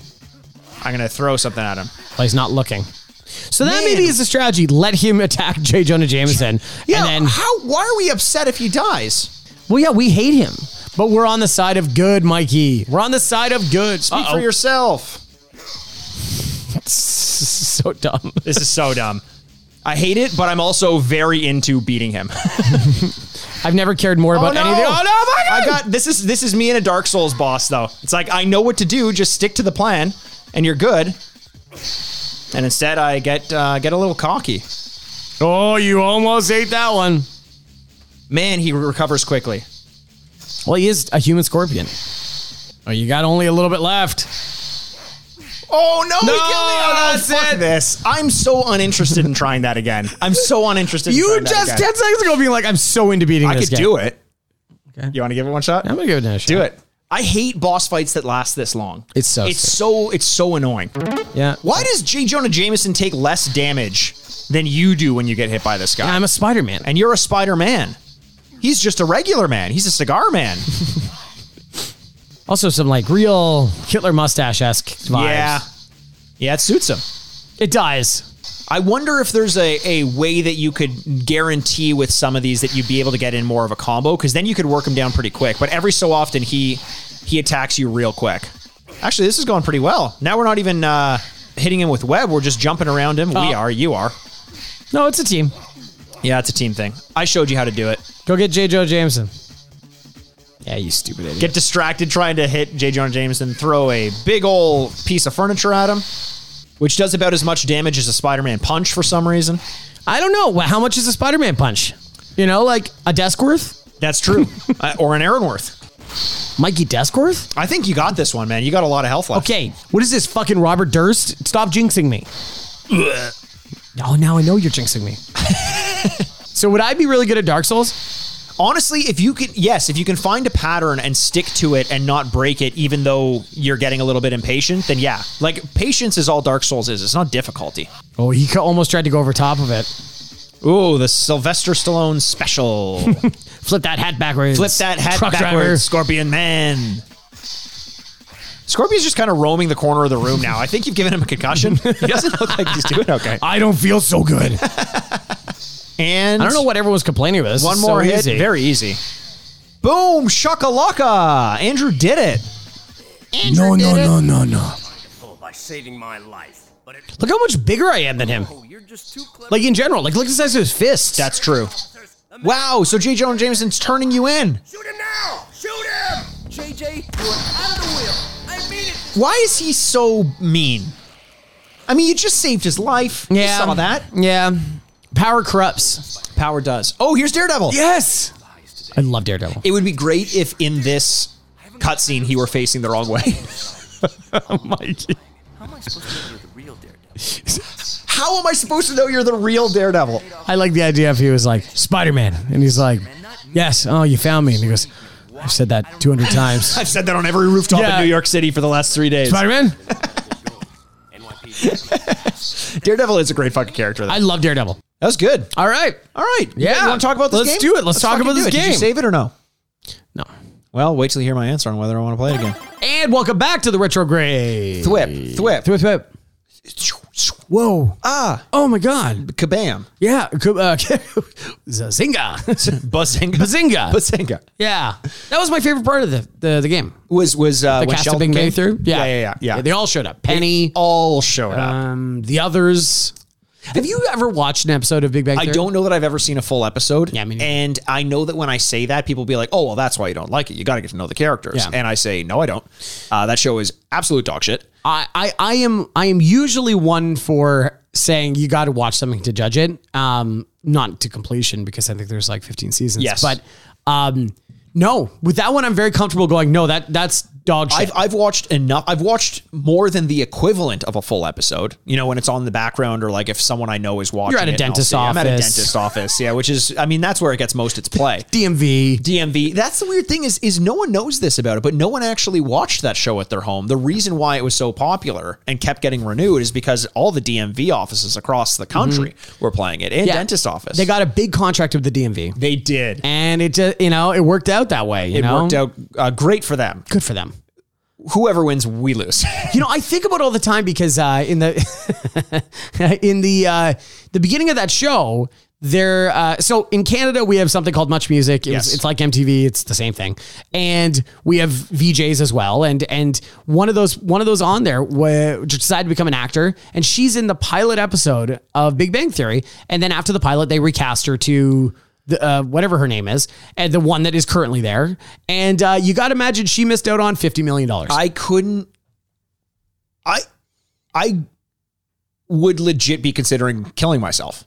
I'm gonna throw something at him.
But he's not looking. So that
Man.
maybe is the strategy. Let him attack J. Jonah Jameson.
Yeah.
And then,
how? Why are we upset if he dies?
well, yeah, we hate him. But we're on the side of good, Mikey. We're on the side of good.
Speak
Uh-oh.
for yourself.
so dumb.
This is so dumb. I hate it, but I'm also very into beating him.
I've never cared more about anything. Oh, no, my God!
I got this is this is me in a Dark Souls boss though. It's like I know what to do, just stick to the plan, and you're good. And instead, I get uh, get a little cocky.
oh, you almost ate that one.
Man, he recovers quickly.
Well, he is a human scorpion. Oh, you got only a little bit left.
Oh no! he
No,
killed me. Oh,
that's
fuck
it.
This I'm so uninterested in trying that again. I'm so uninterested.
You were
in trying
just
that again.
ten seconds ago being like, "I'm so into beating
I
this
could
game."
do it. You want to give it one shot?
I'm gonna give it a shot.
do it. I hate boss fights that last this long.
It's so
it's
sick.
so it's so annoying.
Yeah.
Why does J. Jonah Jameson take less damage than you do when you get hit by this guy?
I'm a Spider-Man.
and you're a Spider Man. He's just a regular man. He's a cigar man.
Also, some like real Hitler mustache-esque vibes.
yeah, yeah, it suits him.
It dies.
I wonder if there's a, a way that you could guarantee with some of these that you'd be able to get in more of a combo because then you could work him down pretty quick. But every so often he he attacks you real quick. Actually, this is going pretty well. Now we're not even uh, hitting him with web. We're just jumping around him.
Oh.
We are. You are.
No, it's a team.
Yeah, it's a team thing. I showed you how to do it.
Go get J. Joe Jameson. Yeah, you stupid idiot.
Get distracted trying to hit J. John Jameson, throw a big ol' piece of furniture at him, which does about as much damage as a Spider-Man punch for some reason.
I don't know wh- how much is a Spider-Man punch. You know, like a desk worth.
That's true. uh, or an Aaronworth.
Mikey Deskworth?
I think you got this one, man. You got a lot of health left.
Okay, what is this fucking Robert Durst? Stop jinxing me. Oh, now I know you're jinxing me. so would I be really good at Dark Souls?
Honestly, if you can, yes, if you can find a pattern and stick to it and not break it, even though you're getting a little bit impatient, then yeah. Like, patience is all Dark Souls is. It's not difficulty.
Oh, he ca- almost tried to go over top of it.
Ooh, the Sylvester Stallone special.
Flip that hat backwards.
Flip that hat
Truck
backwards,
driver.
Scorpion Man. Scorpion's just kind of roaming the corner of the room now. I think you've given him a concussion. He doesn't look like he's doing okay.
I don't feel so good. I
And
don't know what everyone's complaining about. This
One
is
more
so
hit.
easy.
Very easy. Boom! Shakalaka! Andrew did it.
no, no, no, no, no.
Oh, by saving my life. But it,
Look how much bigger I am than him.
oh, you're just too clever.
Like in general, like look at the size of his fists.
That's true. Wow! So J. Jonah Jameson's turning you in.
Shoot him now! Shoot him! JJ, you're out of the wheel. I mean it.
Why is he so mean? I mean, you just saved his life. You
yeah.
saw that.
Yeah. Power corrupts.
Power does. Oh, here's Daredevil.
Yes. I love Daredevil.
It would be great if in this cutscene he were facing the wrong way.
Mikey.
How am I supposed to know you're the real Daredevil?
How am I supposed to know you're the real Daredevil?
I like the idea if he was like Spider Man, and he's like, "Yes, oh, you found me," and he goes, "I've said that 200 times."
I've said that on every rooftop
Yeah.
in New York City for the last three days.
Spider Man,
NYPD.
Daredevil is a great fucking character. Though.
I love Daredevil.
That was good.
All right,
All right. You
Yeah.
want to talk about this
Let's
game?
do it. Let's talk
fucking
about
do
this
it. Did
game.
you save it or no?
no.
Well, wait till you hear my answer on whether I want to play it again.
And welcome back to the retrograde.
Thwip, thwip,
Thwip, thwip. Whoa!
Ah,
Oh my God!
kabam.
Yeah, co- uh, Zazinga,
Bazinga.
Bazinga.
Bazinga.
yeah, that was my favorite part of the the, the game.
Was, was, uh,
The
when
cast of
Sheldon
Big Bang
came?
Theory.
Yeah, yeah, yeah, yeah.
They all showed up. Penny,
all showed up.
um, the others. Have you ever watched an episode of Big Bang
I
Theory?
don't know that I've ever seen a full episode.
Yeah, me neither.
and I know that when I say that, people be like, "Oh, well, that's why you don't like it. You got to get to know the characters."
Yeah.
And I say, "No, I don't. Uh, that show is absolute dog shit."
I, I I am I am usually one for saying you got to watch something to judge it. Um, not to completion because I think there's like 15 seasons.
Yes.
but um, no, with that one I'm very comfortable going. No, that that's dog shit.
I've, I've watched enough. I've watched more than the equivalent of a full episode. You know, when it's on in the background or like if someone I know is watching.
at a
it and I'll
dentist's
see it. I'm at a
office.
dentist office. Yeah, which is, I mean, that's where it gets most its play.
DMV.
DMV. That's the weird thing is is no one knows this about it, but no one actually watched that show at their home. The reason why it was so popular and kept getting renewed is because all the DMV offices across the country were playing it and
Yeah.
dentist office.
They got a big contract with the DMV,
they did.
and it just you know it worked out that way. You
it
know?
worked out uh, great for them.
Good for them.
Whoever wins, we lose.
You know, I think about it all the time because uh, in the in the uh, the beginning of that show, there. Uh, so in Canada, we have something called Much Music. It was-
Yes.
it's like MTV. It's the same thing, and we have VJs as well. And and one of those one of those on there wa- decided to become an actor, and she's in the pilot episode of Big Bang Theory. And then after the pilot, they recast her to. The, uh, whatever her name is, and the one that is currently there, and uh, you got to imagine she missed out on fifty million dollars.
I couldn't. I, I would legit be considering killing myself.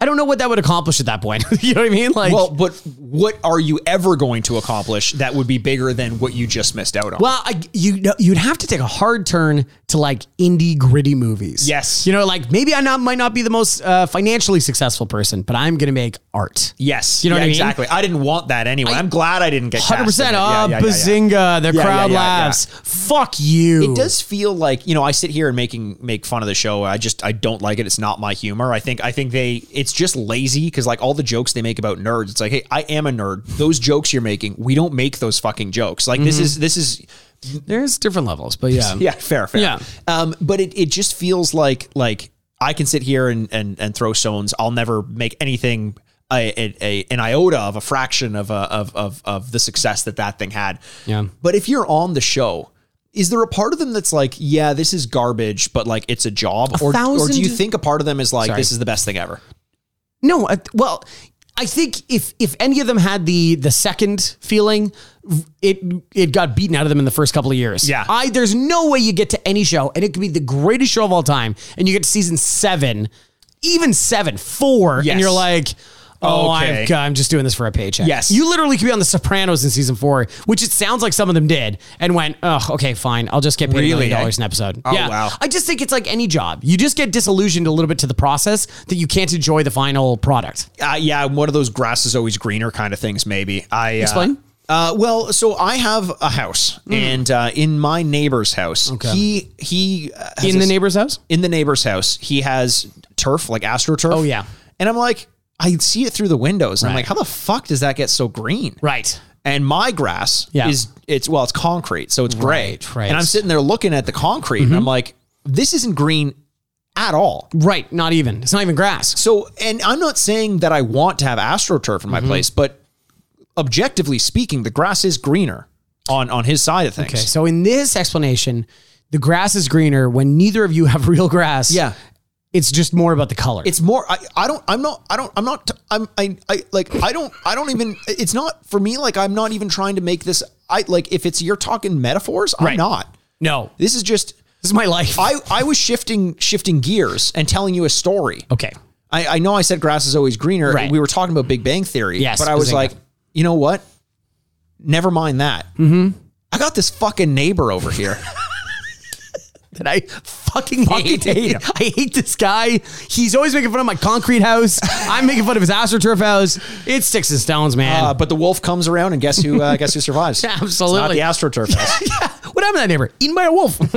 I don't know what that would accomplish at that point. you know what I mean? Like,
Well,
well,
but what are you ever going to accomplish that would be bigger than what you just missed out on?
I, you know, you'd have to take a hard turn to like indie gritty movies.
Yes.
you know, like maybe I not might not be the most uh, financially successful person, but I'm gonna make art.
Yes.
You know what I mean?
Exactly. I didn't want that anyway. I, am glad I didn't get
Hundred percent.
casted.
Oh,
Yeah, yeah, yeah, yeah.
bazinga! The
yeah,
crowd
yeah, yeah.
laughs. Fuck you.
It does feel like you know I sit here and making make fun of the show. I just I don't like it. It's not my humor. I think I think they it's just lazy because like all the jokes they make about nerds. It's like hey, I am a nerd. Those jokes you're making, we don't make those fucking jokes. Like
Mm-hmm.
this is this is
There's different levels, but yeah,
yeah fair fair
Yeah.
Um, but it it just feels like like I can sit here and and and throw stones. I'll never make anything. A, a, a, an iota of a fraction of, a, of of of the success that that thing had.
Yeah.
But if you're on the show, is there a part of them that's like, yeah, this is garbage, but like it's a job, or or do
thousand-
you think a part of them is like, this is the best thing ever?
No, I, well, I think if if any of them had the the second feeling, it it got beaten out of them in the first couple of years.
Yeah.
I there's no way you get to any show and it could be the greatest show of all time, and you get to season seven, even seven, four,
Yes.
and you're like. Oh,
Okay.
I've got, I'm just doing this for a paycheck.
Yes.
you literally could be on The Sopranos in season four, which it sounds like some of them did, and went, "Oh, okay, fine, I'll just get paid a
Really,
million
eh?
dollars an episode."
Oh,
yeah,
wow.
I just think it's like any job. You just get disillusioned a little bit to the process that you can't enjoy the final product.
uh, yeah, one of those grass is always greener kind of things. Maybe I uh,
Explain. Hmm.
Uh, well, so I have a house, and uh, in my neighbor's house, he he uh, has
In the
this-
neighbor's house?
in the neighbor's house, he has turf like astroturf.
Oh, yeah.
and I'm like, I see it through the windows. and I'm
Right.
like, how the fuck does that get so green?
Right.
and my grass
Yeah.
is it's well it's concrete so it's gray
Right, Mm-hmm. right.
and i'm sitting there looking at the concrete and i'm like this isn't green at all
Right. Not even. It's not even grass.
so and i'm not saying that i want to have astroturf in
Mm-hmm.
my place but objectively speaking the grass is greener on on his side of things
Okay. So in this explanation, the grass is greener when neither of you have real grass.
yeah
It's just more about the color.
it's more I, I don't i'm not i don't i'm not i'm I, I like i don't i don't even it's not for me like i'm not even trying to make this i like if it's you're talking metaphors i'm
Right.
not
no. This
this is just
is my life.
I, I was shifting shifting gears and telling you a story.
okay.
I, I know I said grass is always greener.
Right.
We were talking about Big Bang Theory.
Yes,
But I was
Bazinga.
like, you know what? Never mind that. Mm-hmm. I got this fucking neighbor over here.
That I fucking,
Fucking
hate.
hate him.
I hate this guy. He's always making fun of my concrete house. I'm making fun of his astroturf house. It's sticks and stones, man.
uh, but the wolf comes around and guess who uh, guess who survives?
Absolutely.
It's not the AstroTurf house.
What happened to that neighbor? Eaten by a wolf.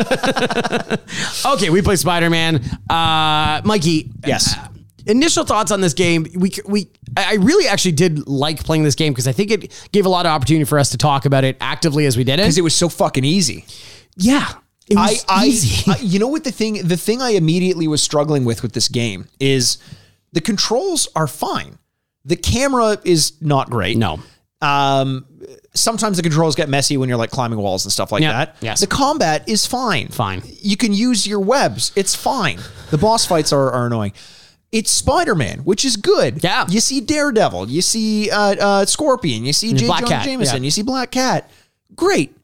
okay, we play Spider Man. Uh, Mikey.
Yes.
uh, initial thoughts on this game. We c- we I I really actually did like playing this game because I think it gave a lot of opportunity for us to talk about it actively as we did
Because
it.
it was so fucking easy.
yeah. It
I,
was
I,
easy.
I- you know what the thing the thing I immediately was struggling with with this game is the controls are fine. The camera is not great.
no.
um sometimes the controls get messy when you're like climbing walls and stuff like
Yeah.
that
Yes.
the combat is fine
Fine.
you can use your webs it's fine the boss fights are, are annoying it's spider-man which is good
Yeah.
you see daredevil you see uh, uh scorpion you see J.
Black
Jonah
Cat,
jameson
yeah.
you see black cat great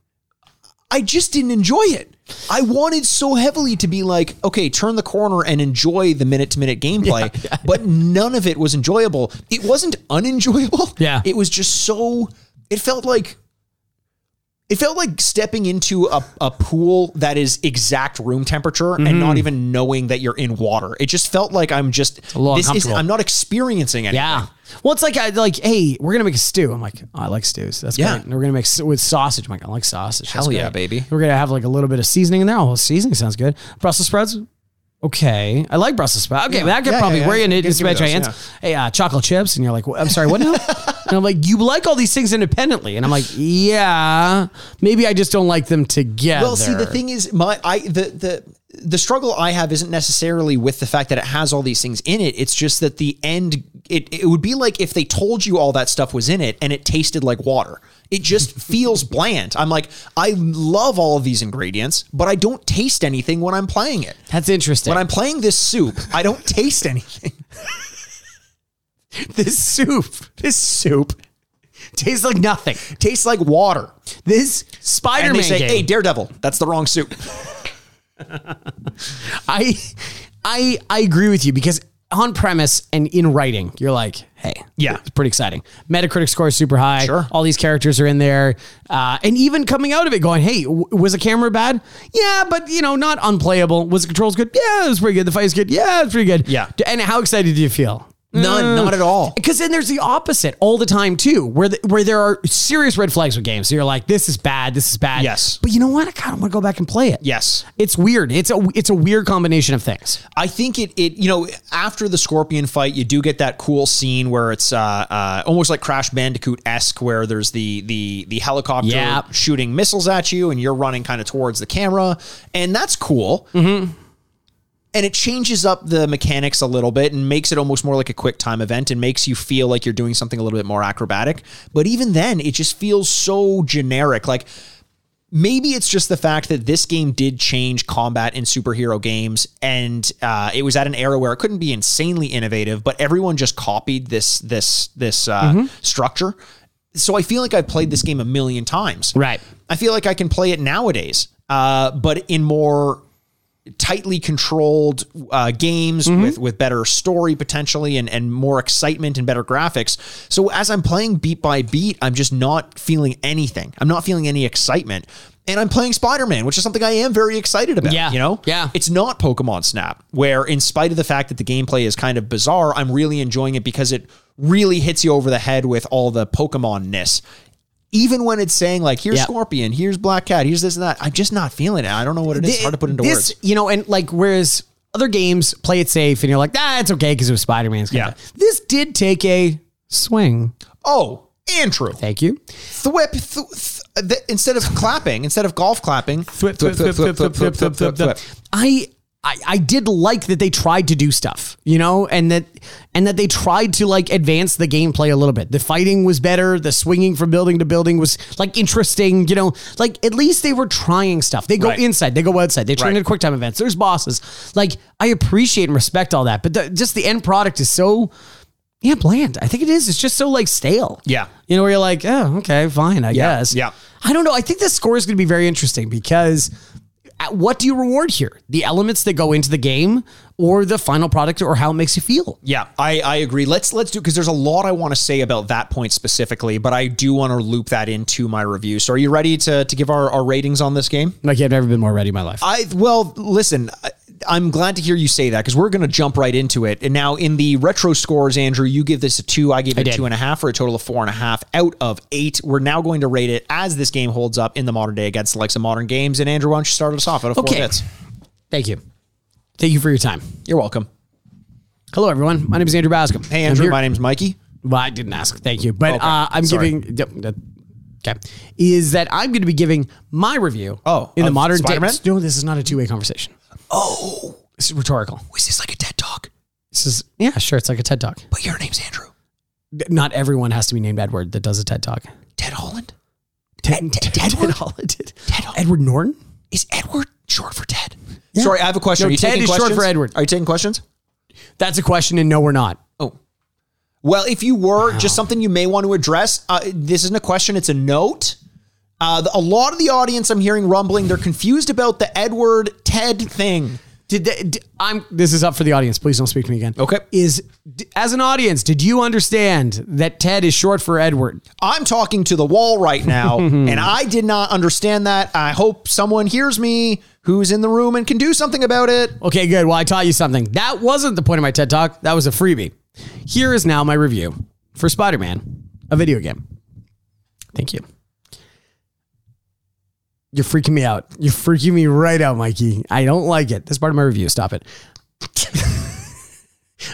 i just didn't enjoy it i wanted so heavily to be like okay turn the corner and enjoy the minute to minute gameplay but none of it was enjoyable it wasn't unenjoyable
Yeah.
it was just so it felt like It felt like stepping into a, a pool that is exact room temperature and not even knowing that you're in water. It just felt like I'm just
Mm-hmm. a little
this is
uncomfortable.
I'm not experiencing anything.
Yeah. Well, it's like I like, hey, we're gonna make a stew. I'm like, oh, I like stews. That's
Yeah.
great. And we're gonna make s- with sausage. I'm like, I like sausage. That's
Hell yeah,
great.
baby.
We're gonna have like a little bit of seasoning in there. Oh, well, seasoning sounds good. Brussels sprouts. Okay, I like Brussels sprouts. Okay, that could
Yeah,
probably
yeah, yeah.
we're in
Give-
it. It's
give me
my
those,
hands. Hey, uh, chocolate chips, and you're like, "Wha- I'm sorry, what now? and I'm like, you like all these things independently, and I'm like, yeah, maybe I just don't like them together.
Well, see, the thing is, my I the the the struggle I have isn't necessarily with the fact that it has all these things in it. It's just that the end, it it would be like if they told you all that stuff was in it and it tasted like water. It just feels bland. I'm like, I love all of these ingredients, but I don't taste anything when I'm playing it.
that's interesting.
When I'm playing this soup, I don't taste anything.
this soup, this soup tastes like nothing.
tastes like water.
This Spider-Man
And they say,
game.
"Hey, Daredevil, that's the wrong soup."
I I I agree with you because on premise and in writing, you're like, hey,
Yeah.
it's pretty exciting. Metacritic score is super high.
Sure.
all these characters are in there, uh, and even coming out of it, going, hey, w- was the camera bad? Yeah, but you know, not unplayable. Was the controls good? Yeah, it was pretty good. The fight's good. Yeah, it's pretty good.
Yeah.
D- and how excited do you feel?
None, not at all.
Because then there's the opposite all the time too, where the, where there are serious red flags with games. So you're like, this is bad, this is bad.
Yes.
but you know what? I kind of want to go back and play it.
Yes.
It's weird. It's a it's a weird combination of things.
I think it it you know after the scorpion fight you do get that cool scene where it's uh, uh, almost like Crash Bandicoot esque where there's the the the helicopter
Yeah.
shooting missiles at you and you're running kind of towards the camera and that's cool and it changes up the mechanics a little bit and makes it almost more like a quick time event and makes you feel like you're doing something a little bit more acrobatic but even then it just feels so generic like maybe it's just the fact that this game did change combat in superhero games and uh, it was at an era where it couldn't be insanely innovative but everyone just copied this this this uh, structure so i feel like i've played this game a million times
Right.
i feel like i can play it nowadays uh, but in more tightly controlled uh, games
Mm-hmm.
with with better story potentially and and more excitement and better graphics. So as I'm playing beat by beat, I'm just not feeling anything. I'm not feeling any excitement. And I'm playing Spider-Man, which is something I am very excited about.
Yeah.
You know?
Yeah.
It's not Pokemon Snap, where in spite of the fact that the gameplay is kind of bizarre, I'm really enjoying it because it really hits you over the head with all the Pokemon-ness. Even when it's saying like, here's
Yeah.
Scorpion, here's Black Cat, here's this and that, I'm just not feeling it. I don't know what it is. It's hard to put into
this,
words.
You know, and like whereas other games play it safe and you're like, ah, it's okay because it was Spider Man's.
Yeah.
This did take a swing.
Oh, Andrew.
Thank you.
Thwip. Th- th- th- instead of clapping, instead of golf clapping. Thwip,
I. I, I did like that they tried to do stuff, you know, and that and that they tried to like advance the gameplay a little bit. The fighting was better, the swinging from building to building was like interesting, you know. Like at least they were trying stuff. They go
Right.
inside, they go outside, they train
Right.
at quick time events. There's bosses. Like I appreciate and respect all that, but the, just the end product is so yeah bland. I think it is. It's just so like stale.
Yeah.
you know where you're like, oh okay, fine, I
Yeah,
guess.
yeah.
I don't know. I think this score is going to be very interesting because at- what do you reward here? The elements that go into the game or the final product or how it makes you feel?
Yeah, I, I agree. Let's let's do because there's a lot I want to say about that point specifically, but I do want to loop that into my review. So are you ready to to give our, our ratings on this game?
Like, I've never been more ready in my life.
I well, listen, I, I'm glad to hear you say that because we're going to jump right into it. And now in the retro scores, Andrew, you give this a two. I gave it
did.
a two and a half for a total of four and a half out of eight. We're now going to rate it as this game holds up in the modern day against the likes of modern games. And Andrew, why don't you start us off out of four
Okay.
bits?
Thank you. Thank you for your time.
You're welcome.
Hello, everyone. My name is Andrew Bascom.
Hey,
I'm
Andrew,
here-
my name's Mikey.
Well, I didn't ask. Thank you. But
Okay.
uh, I'm
Sorry.
giving. yep, that- Okay. Is that I'm going to be giving my review
Oh,
in the
of
modern
Spider-Man?
day. No, this is not a two way conversation.
Oh,
This is rhetorical.
is this like a TED talk?
This is, yeah, sure. It's like a TED talk.
But your name's Andrew.
Not everyone has to be named Edward that does a TED talk.
Ted Holland?
Ted, Ted, Ted, Ted Holland. Ted Edward Norton?
Is Edward short for Ted? Sorry, I have a question.
No,
Are you
Ted
taking
is short
questions?
for Edward.
Are you taking questions?
That's a question, and no, we're not.
Oh. Well, if you were just something you may want to address, uh, this isn't a question, it's a note. Uh, the, a lot of the audience I'm hearing rumbling, they're confused about the Edward Ted thing.
Did they, d- I'm? This is up for the audience. Please don't speak to me again.
Okay.
Is d- as an audience, did you understand that Ted is short for Edward?
I'm talking to the wall right now,
Mhm.
and I did not understand that. I hope someone hears me who's in the room and can do something about it.
Okay, good. Well, I taught you something. That wasn't the point of my TED Talk. That was a freebie. Here is now my review for Spider Man, a video game. Thank you. You're freaking me out. You're freaking me right out, Mikey. I don't like it. That's part of my review. Stop it.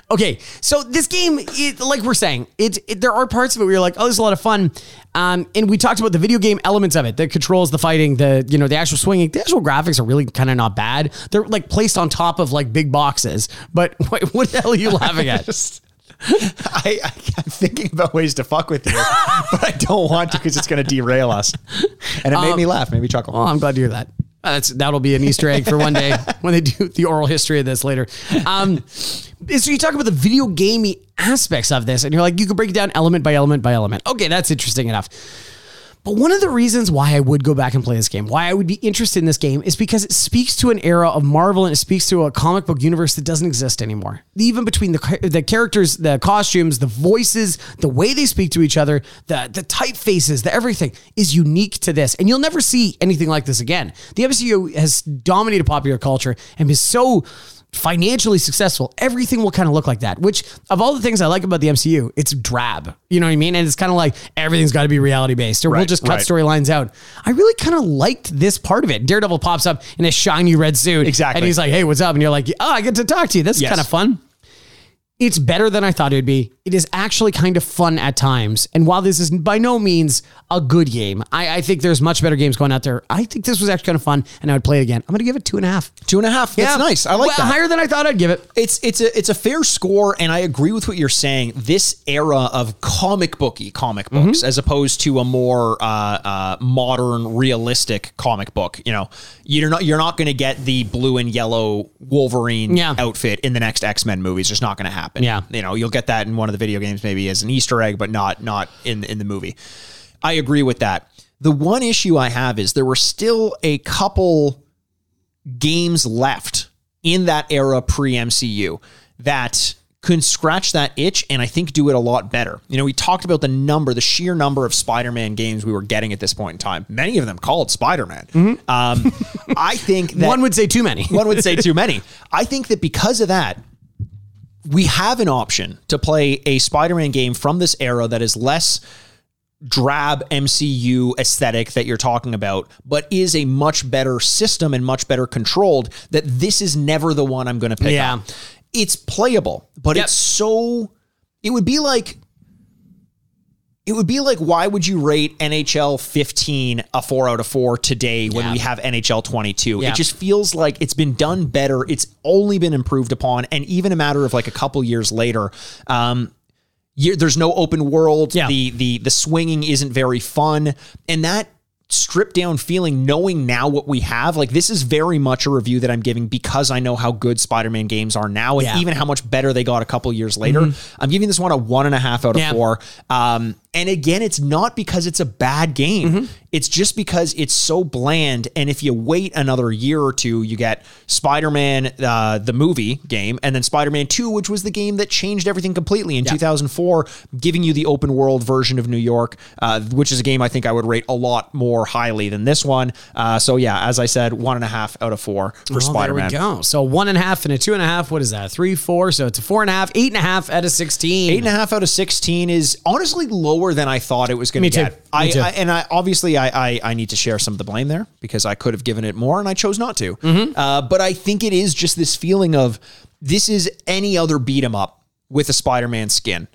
okay, so this game, it, like we're saying, it, it there are parts of it where you're like, oh, this is a lot of fun, um, and we talked about the video game elements of it, the controls, the fighting, the you know, the actual swinging, the actual graphics are really kind of not bad. They're like placed on top of like big boxes, but wait, what the hell are you laughing at?
I, I, I'm thinking about ways to fuck with you, but I don't want to because it's going to derail us. And it made me laugh, made me chuckle.
Oh, I'm glad to hear that. Uh, That's that'll be an Easter egg for one day when they do the oral history of this later. Um, so you talk about the video gamey aspects of this, and you're like, you can break it down element by element by element. Okay, that's interesting enough. But one of the reasons why I would go back and play this game, why I would be interested in this game, is because it speaks to an era of Marvel and it speaks to a comic book universe that doesn't exist anymore. Even between the cha- the characters, the costumes, the voices, the way they speak to each other, the the typefaces, the everything is unique to this, and you'll never see anything like this again. The MCU has dominated popular culture and is so financially successful, everything will kind of look like that. Which of all the things I like about the MCU, it's drab. You know what I mean? And it's kind of like everything's got to be reality based, or we'll
Right,
just cut
right.
storylines out. I really kind of liked this part of it. Daredevil pops up in a shiny red suit,
Exactly.
and he's like, "Hey, what's up?" And you're like, "Oh, I get to talk to you. This is
Yes.
kind of fun." It's better than I thought it would be. It is actually kind of fun at times. And while this is by no means a good game, I, I think there's much better games going out there. I think this was actually kind of fun, and I would play it again. I'm going to give it two and a half.
Two and a half. That's nice. I like
Well,
that.
Higher than I thought I'd give it.
it's it's a it's a fair score, and I agree with what you're saying. This era of comic booky comic books,
Mm-hmm.
as opposed to a more uh, uh, modern, realistic comic book. You know, you're not you're not going to get the blue and yellow Wolverine
Yeah.
outfit in the next X Men movie. It's just not going to happen.
Yeah.
you know, you'll get that in one of the video games, maybe as an Easter egg, but not not in in the movie. I agree with that. The one issue I have is there were still a couple games left in that era pre MCU that can scratch that itch and I think do it a lot better. You know, we talked about the number, the sheer number of Spider Man games we were getting at this point in time. Many of them called Spider Man. Um, I think that
One would say too many.
one would say too many. I think that because of that, we have an option to play a Spider-Man game from this era that is less drab MCU aesthetic that you're talking about, but is a much better system and much better controlled that this is never the one I'm going to pick
Yeah.
up. It's playable, but
Yep.
it's so it would be like it would be like why would you rate NHL 15 a 4 out of 4 today when
Yeah.
we have NHL 22
Yeah.
it just feels like it's been done better it's only been improved upon and even a matter of like a couple years later um you there's no open world
Yeah.
the the the swinging isn't very fun and that stripped down feeling knowing now what we have like this is very much a review that I'm giving because I know how good Spider-Man games are now and
Yeah. Mm-hmm.
even how much better they got a couple years later I'm giving this one a one and a half out of
Yeah.
four um and again it's not because it's a bad game
Mm-hmm.
it's just because it's so bland and if you wait another year or two you get Spider-Man uh, the movie game and then Spider-Man 2 which was the game that changed everything completely in 2004 giving you the open world version of New York uh, which is a game I think I would rate a lot more highly than this one uh, so yeah as I said one and a half out of four for
Well,
Spider-Man
Oh, There we go. So one and a half and a two and a half. What is that? Three, four. So it's a four and a half, eight and a half out of sixteen.
Eight and a half out of sixteen is honestly lower than I thought it was going
Me
to
too.
get.
Me
I,
too.
I and I obviously I, I I need to share some of the blame there because I could have given it more and I chose not to.
Mm-hmm.
Uh, but I think it is just this feeling of this is any other beat 'em up with a Spider-Man skin.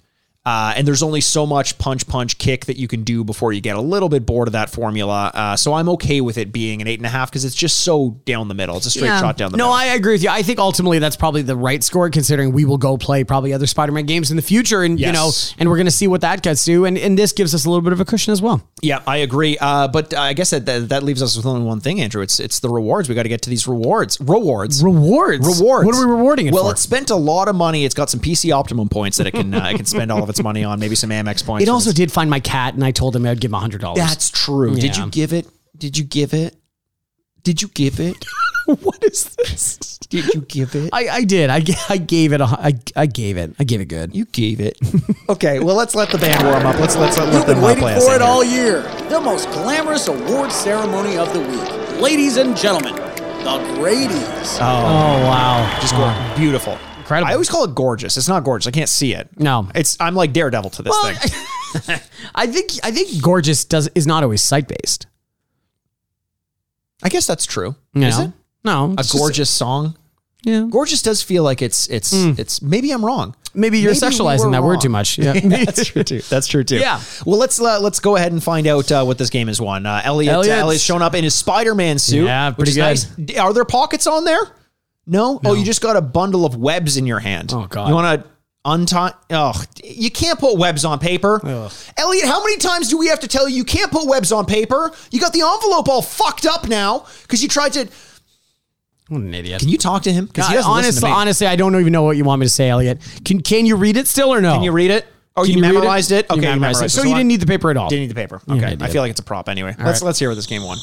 Uh, and there's only so much punch, punch, kick that you can do before you get a little bit bored of that formula. Uh, so I'm okay with it being an eight and a half because it's just so down the middle. It's a straight
Yeah.
shot down the
no,
middle.
I agree with you. I think ultimately that's probably the right score, considering we will go play probably other Spider-Man games in the future, and you
Yes.
know, and we're going to see what that gets to, and and this gives us a little bit of a cushion as well.
Yeah, I agree. Uh, but I guess that, that that leaves us with only one thing, Andrew. It's it's the rewards. We got to get to these rewards. Rewards.
Rewards,
Rewards.
What are we rewarding it
well,
for?
it spent a lot of money. It's got some PC Optimum points that it can uh, it can spend all of its money on. Maybe some Amex points.
it also
It's-
did find my cat, and I told him I'd give him hundred dollars.
that's true. Did
Yeah.
you give it? Did you give it? Did you give it?
what is this?
Did you give it?
I, I did. I, g- I gave it. A, hu- I, I gave it. I gave it good.
You gave it. okay, well let's let the band warm up. Let's let's let, let them
Been
uh,
waiting
play us
for
in
it
here.
all year. The most glamorous award ceremony of the week. Ladies and gentlemen, the Grady's.
Oh wow!
Just go beautiful,
Uh-huh. Incredible.
I always call it gorgeous. It's not gorgeous. I can't see it.
No.
it's I'm like daredevil to this
Well,
thing.
I think I think gorgeous does is not always sight based.
I guess that's true.
No,
Is it
no,
a
it's just-
gorgeous song?
yeah. Hmm.
Gorgeous does feel like it's it's it's. Maybe I'm wrong.
Maybe you're
Maybe we
sexualizing
were
that
wrong.
word too much. Yeah.
That's true too. That's true too.
Yeah.
Well, let's uh, let's go ahead and find out uh, what this game is won. Uh, Elliot uh,
Elliot's-
Elliot's shown up in his Spider-Man suit.
Yeah,
which
pretty
is
good.
nice. D- Are there pockets on there? No? Oh, you just got a bundle of webs in your hand.
Oh, God.
You want to untie? Oh, you can't put webs on paper. Elliot, how many times do we have to tell you you can't put webs on paper? You got the envelope all fucked up now because you tried to.
What an idiot.
Can you talk to him? Because he doesn't listen to
honestly,
me.
honestly, I don't even know what you want me to say, Elliot. Can can you read it still or no?
Can you read it? Oh, you,
Can read
memorized it?
You
Okay,
memorized it. So, you
I-
didn't need the paper at all.
Didn't need the paper. Okay,
I did.
I feel like it's a prop anyway. let's
right.
let's hear what this game won.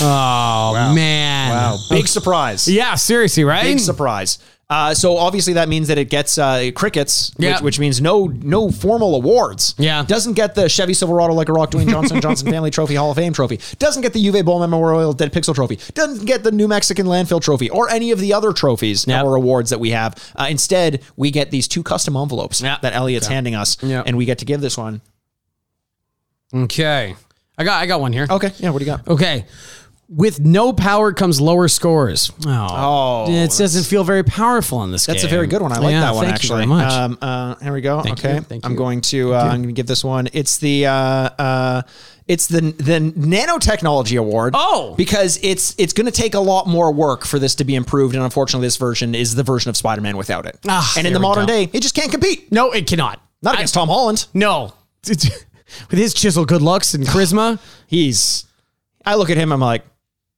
oh man!
big surprise!
Yeah, seriously, right?
big surprise. Uh, so obviously that means that it gets uh, crickets,
Yeah.
which, which means no no formal awards.
Yeah.
doesn't get the Chevy Silverado like a rock Dwayne Johnson Johnson Family Trophy Hall of Fame Trophy. Doesn't get the Juve Bowl Memorial Dead Pixel Trophy. Doesn't get the New Mexican Landfill Trophy or any of the other trophies
Yeah.
or awards that we have. Uh, instead, we get these two custom envelopes
Yeah.
that Elliot's handing us,
Yeah.
and we get to give this one.
okay, I got I got one here.
Okay, yeah. What do you got?
Okay. With no power comes lower scores. Oh,
Oh,
it doesn't feel very powerful in this
That's
game.
a very good one. I like
Yeah,
that one
thank
actually.
You very much.
Um, uh, here we go.
Thank
okay,
you, thank
I'm
you.
going to uh, I'm going to give this one. It's the uh, uh, it's the the nanotechnology award.
Oh!
because it's it's going to take a lot more work for this to be improved, and unfortunately, this version is the version of Spider-Man without it.
Ah,
and in
there
the
we
modern
go.
day, it just can't compete.
no, it cannot.
Not against Tom Holland.
No. With his chisel good looks and charisma.
He's. I look at him. I'm like,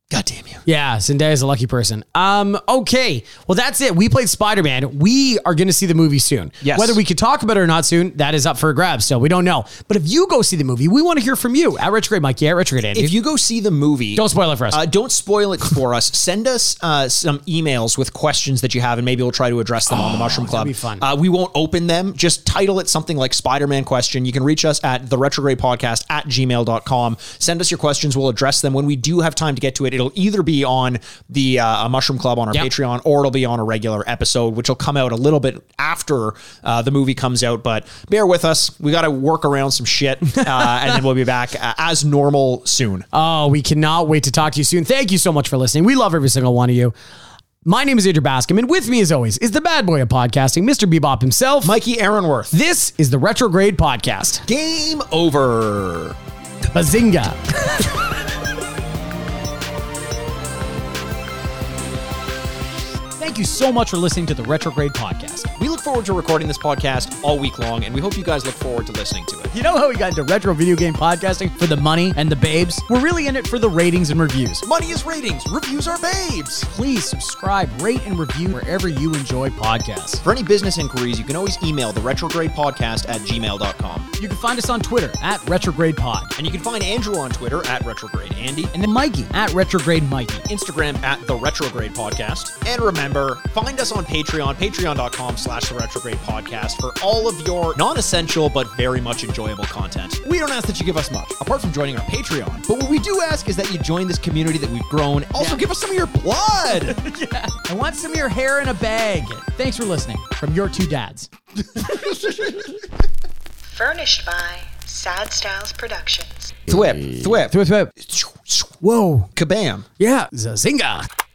God damn you.
Yeah, Zendaya's a lucky person. Um, okay. Well, that's it. We played Spider Man. We are going to see the movie soon.
Yes.
Whether we could talk about it or not soon, that is up for grabs. Still, we don't know. But if you go see the movie, we want to hear from you at Retrograde Mikey, at Retrograde Andy.
If you go see the movie,
don't spoil it for us.
Uh, don't spoil it for us. Send us uh, some emails with questions that you have, and maybe we'll try to address them on the Mushroom Club.
Oh, be fun.
Uh, we won't open them. Just title it something like Spider Man Question. You can reach us at the retrograde podcast at gmail.com. Send us your questions. We'll address them. When we do have time to get to it, it'll either be on the uh, Mushroom Club on our
Yep.
Patreon or it'll be on a regular episode, which will come out a little bit after uh, the movie comes out. But bear with us. We got to work around some shit, uh, and then we'll be back uh, as normal soon.
Oh, we cannot wait to talk to you soon. Thank you so much for listening. We love every single one of you. My name is Andrew Bascom, and with me, as always, is the bad boy of podcasting, Mr. Bebop himself.
Mikey Aaronworth.
This is the Retrograde Podcast.
Game over.
Bazinga. Thank you so much for listening to the Retrograde Podcast.
We look forward to recording this podcast all week long, and we hope you guys look forward to listening to it.
You know how we got into retro video game podcasting for the money and the babes? We're really in it for the ratings and reviews.
Money is ratings, reviews are babes.
Please subscribe, rate, and review wherever you enjoy podcasts.
For any business inquiries, you can always email the retrograde podcast at gmail.com.
You can find us on Twitter at Retrograde Pod.
And you can find Andrew on Twitter at retrograde Andy,
and then Mikey at Retrograde Mikey.
Instagram at the retrograde podcast. And remember, find us on Patreon, patreon.com slash the retrograde podcast for all of your non-essential but very much enjoyable content. We don't ask that you give us much, apart from joining our Patreon. But what we do ask is that you join this community that we've grown. Also
Yeah.
give us some of your blood.
I want some of your hair in a bag. Thanks for listening from your two dads.
Furnished by Sad Styles Productions.
Thwip, thwip,
Thwip, thwip. Whoa.
kabam.
Yeah. Zazinga.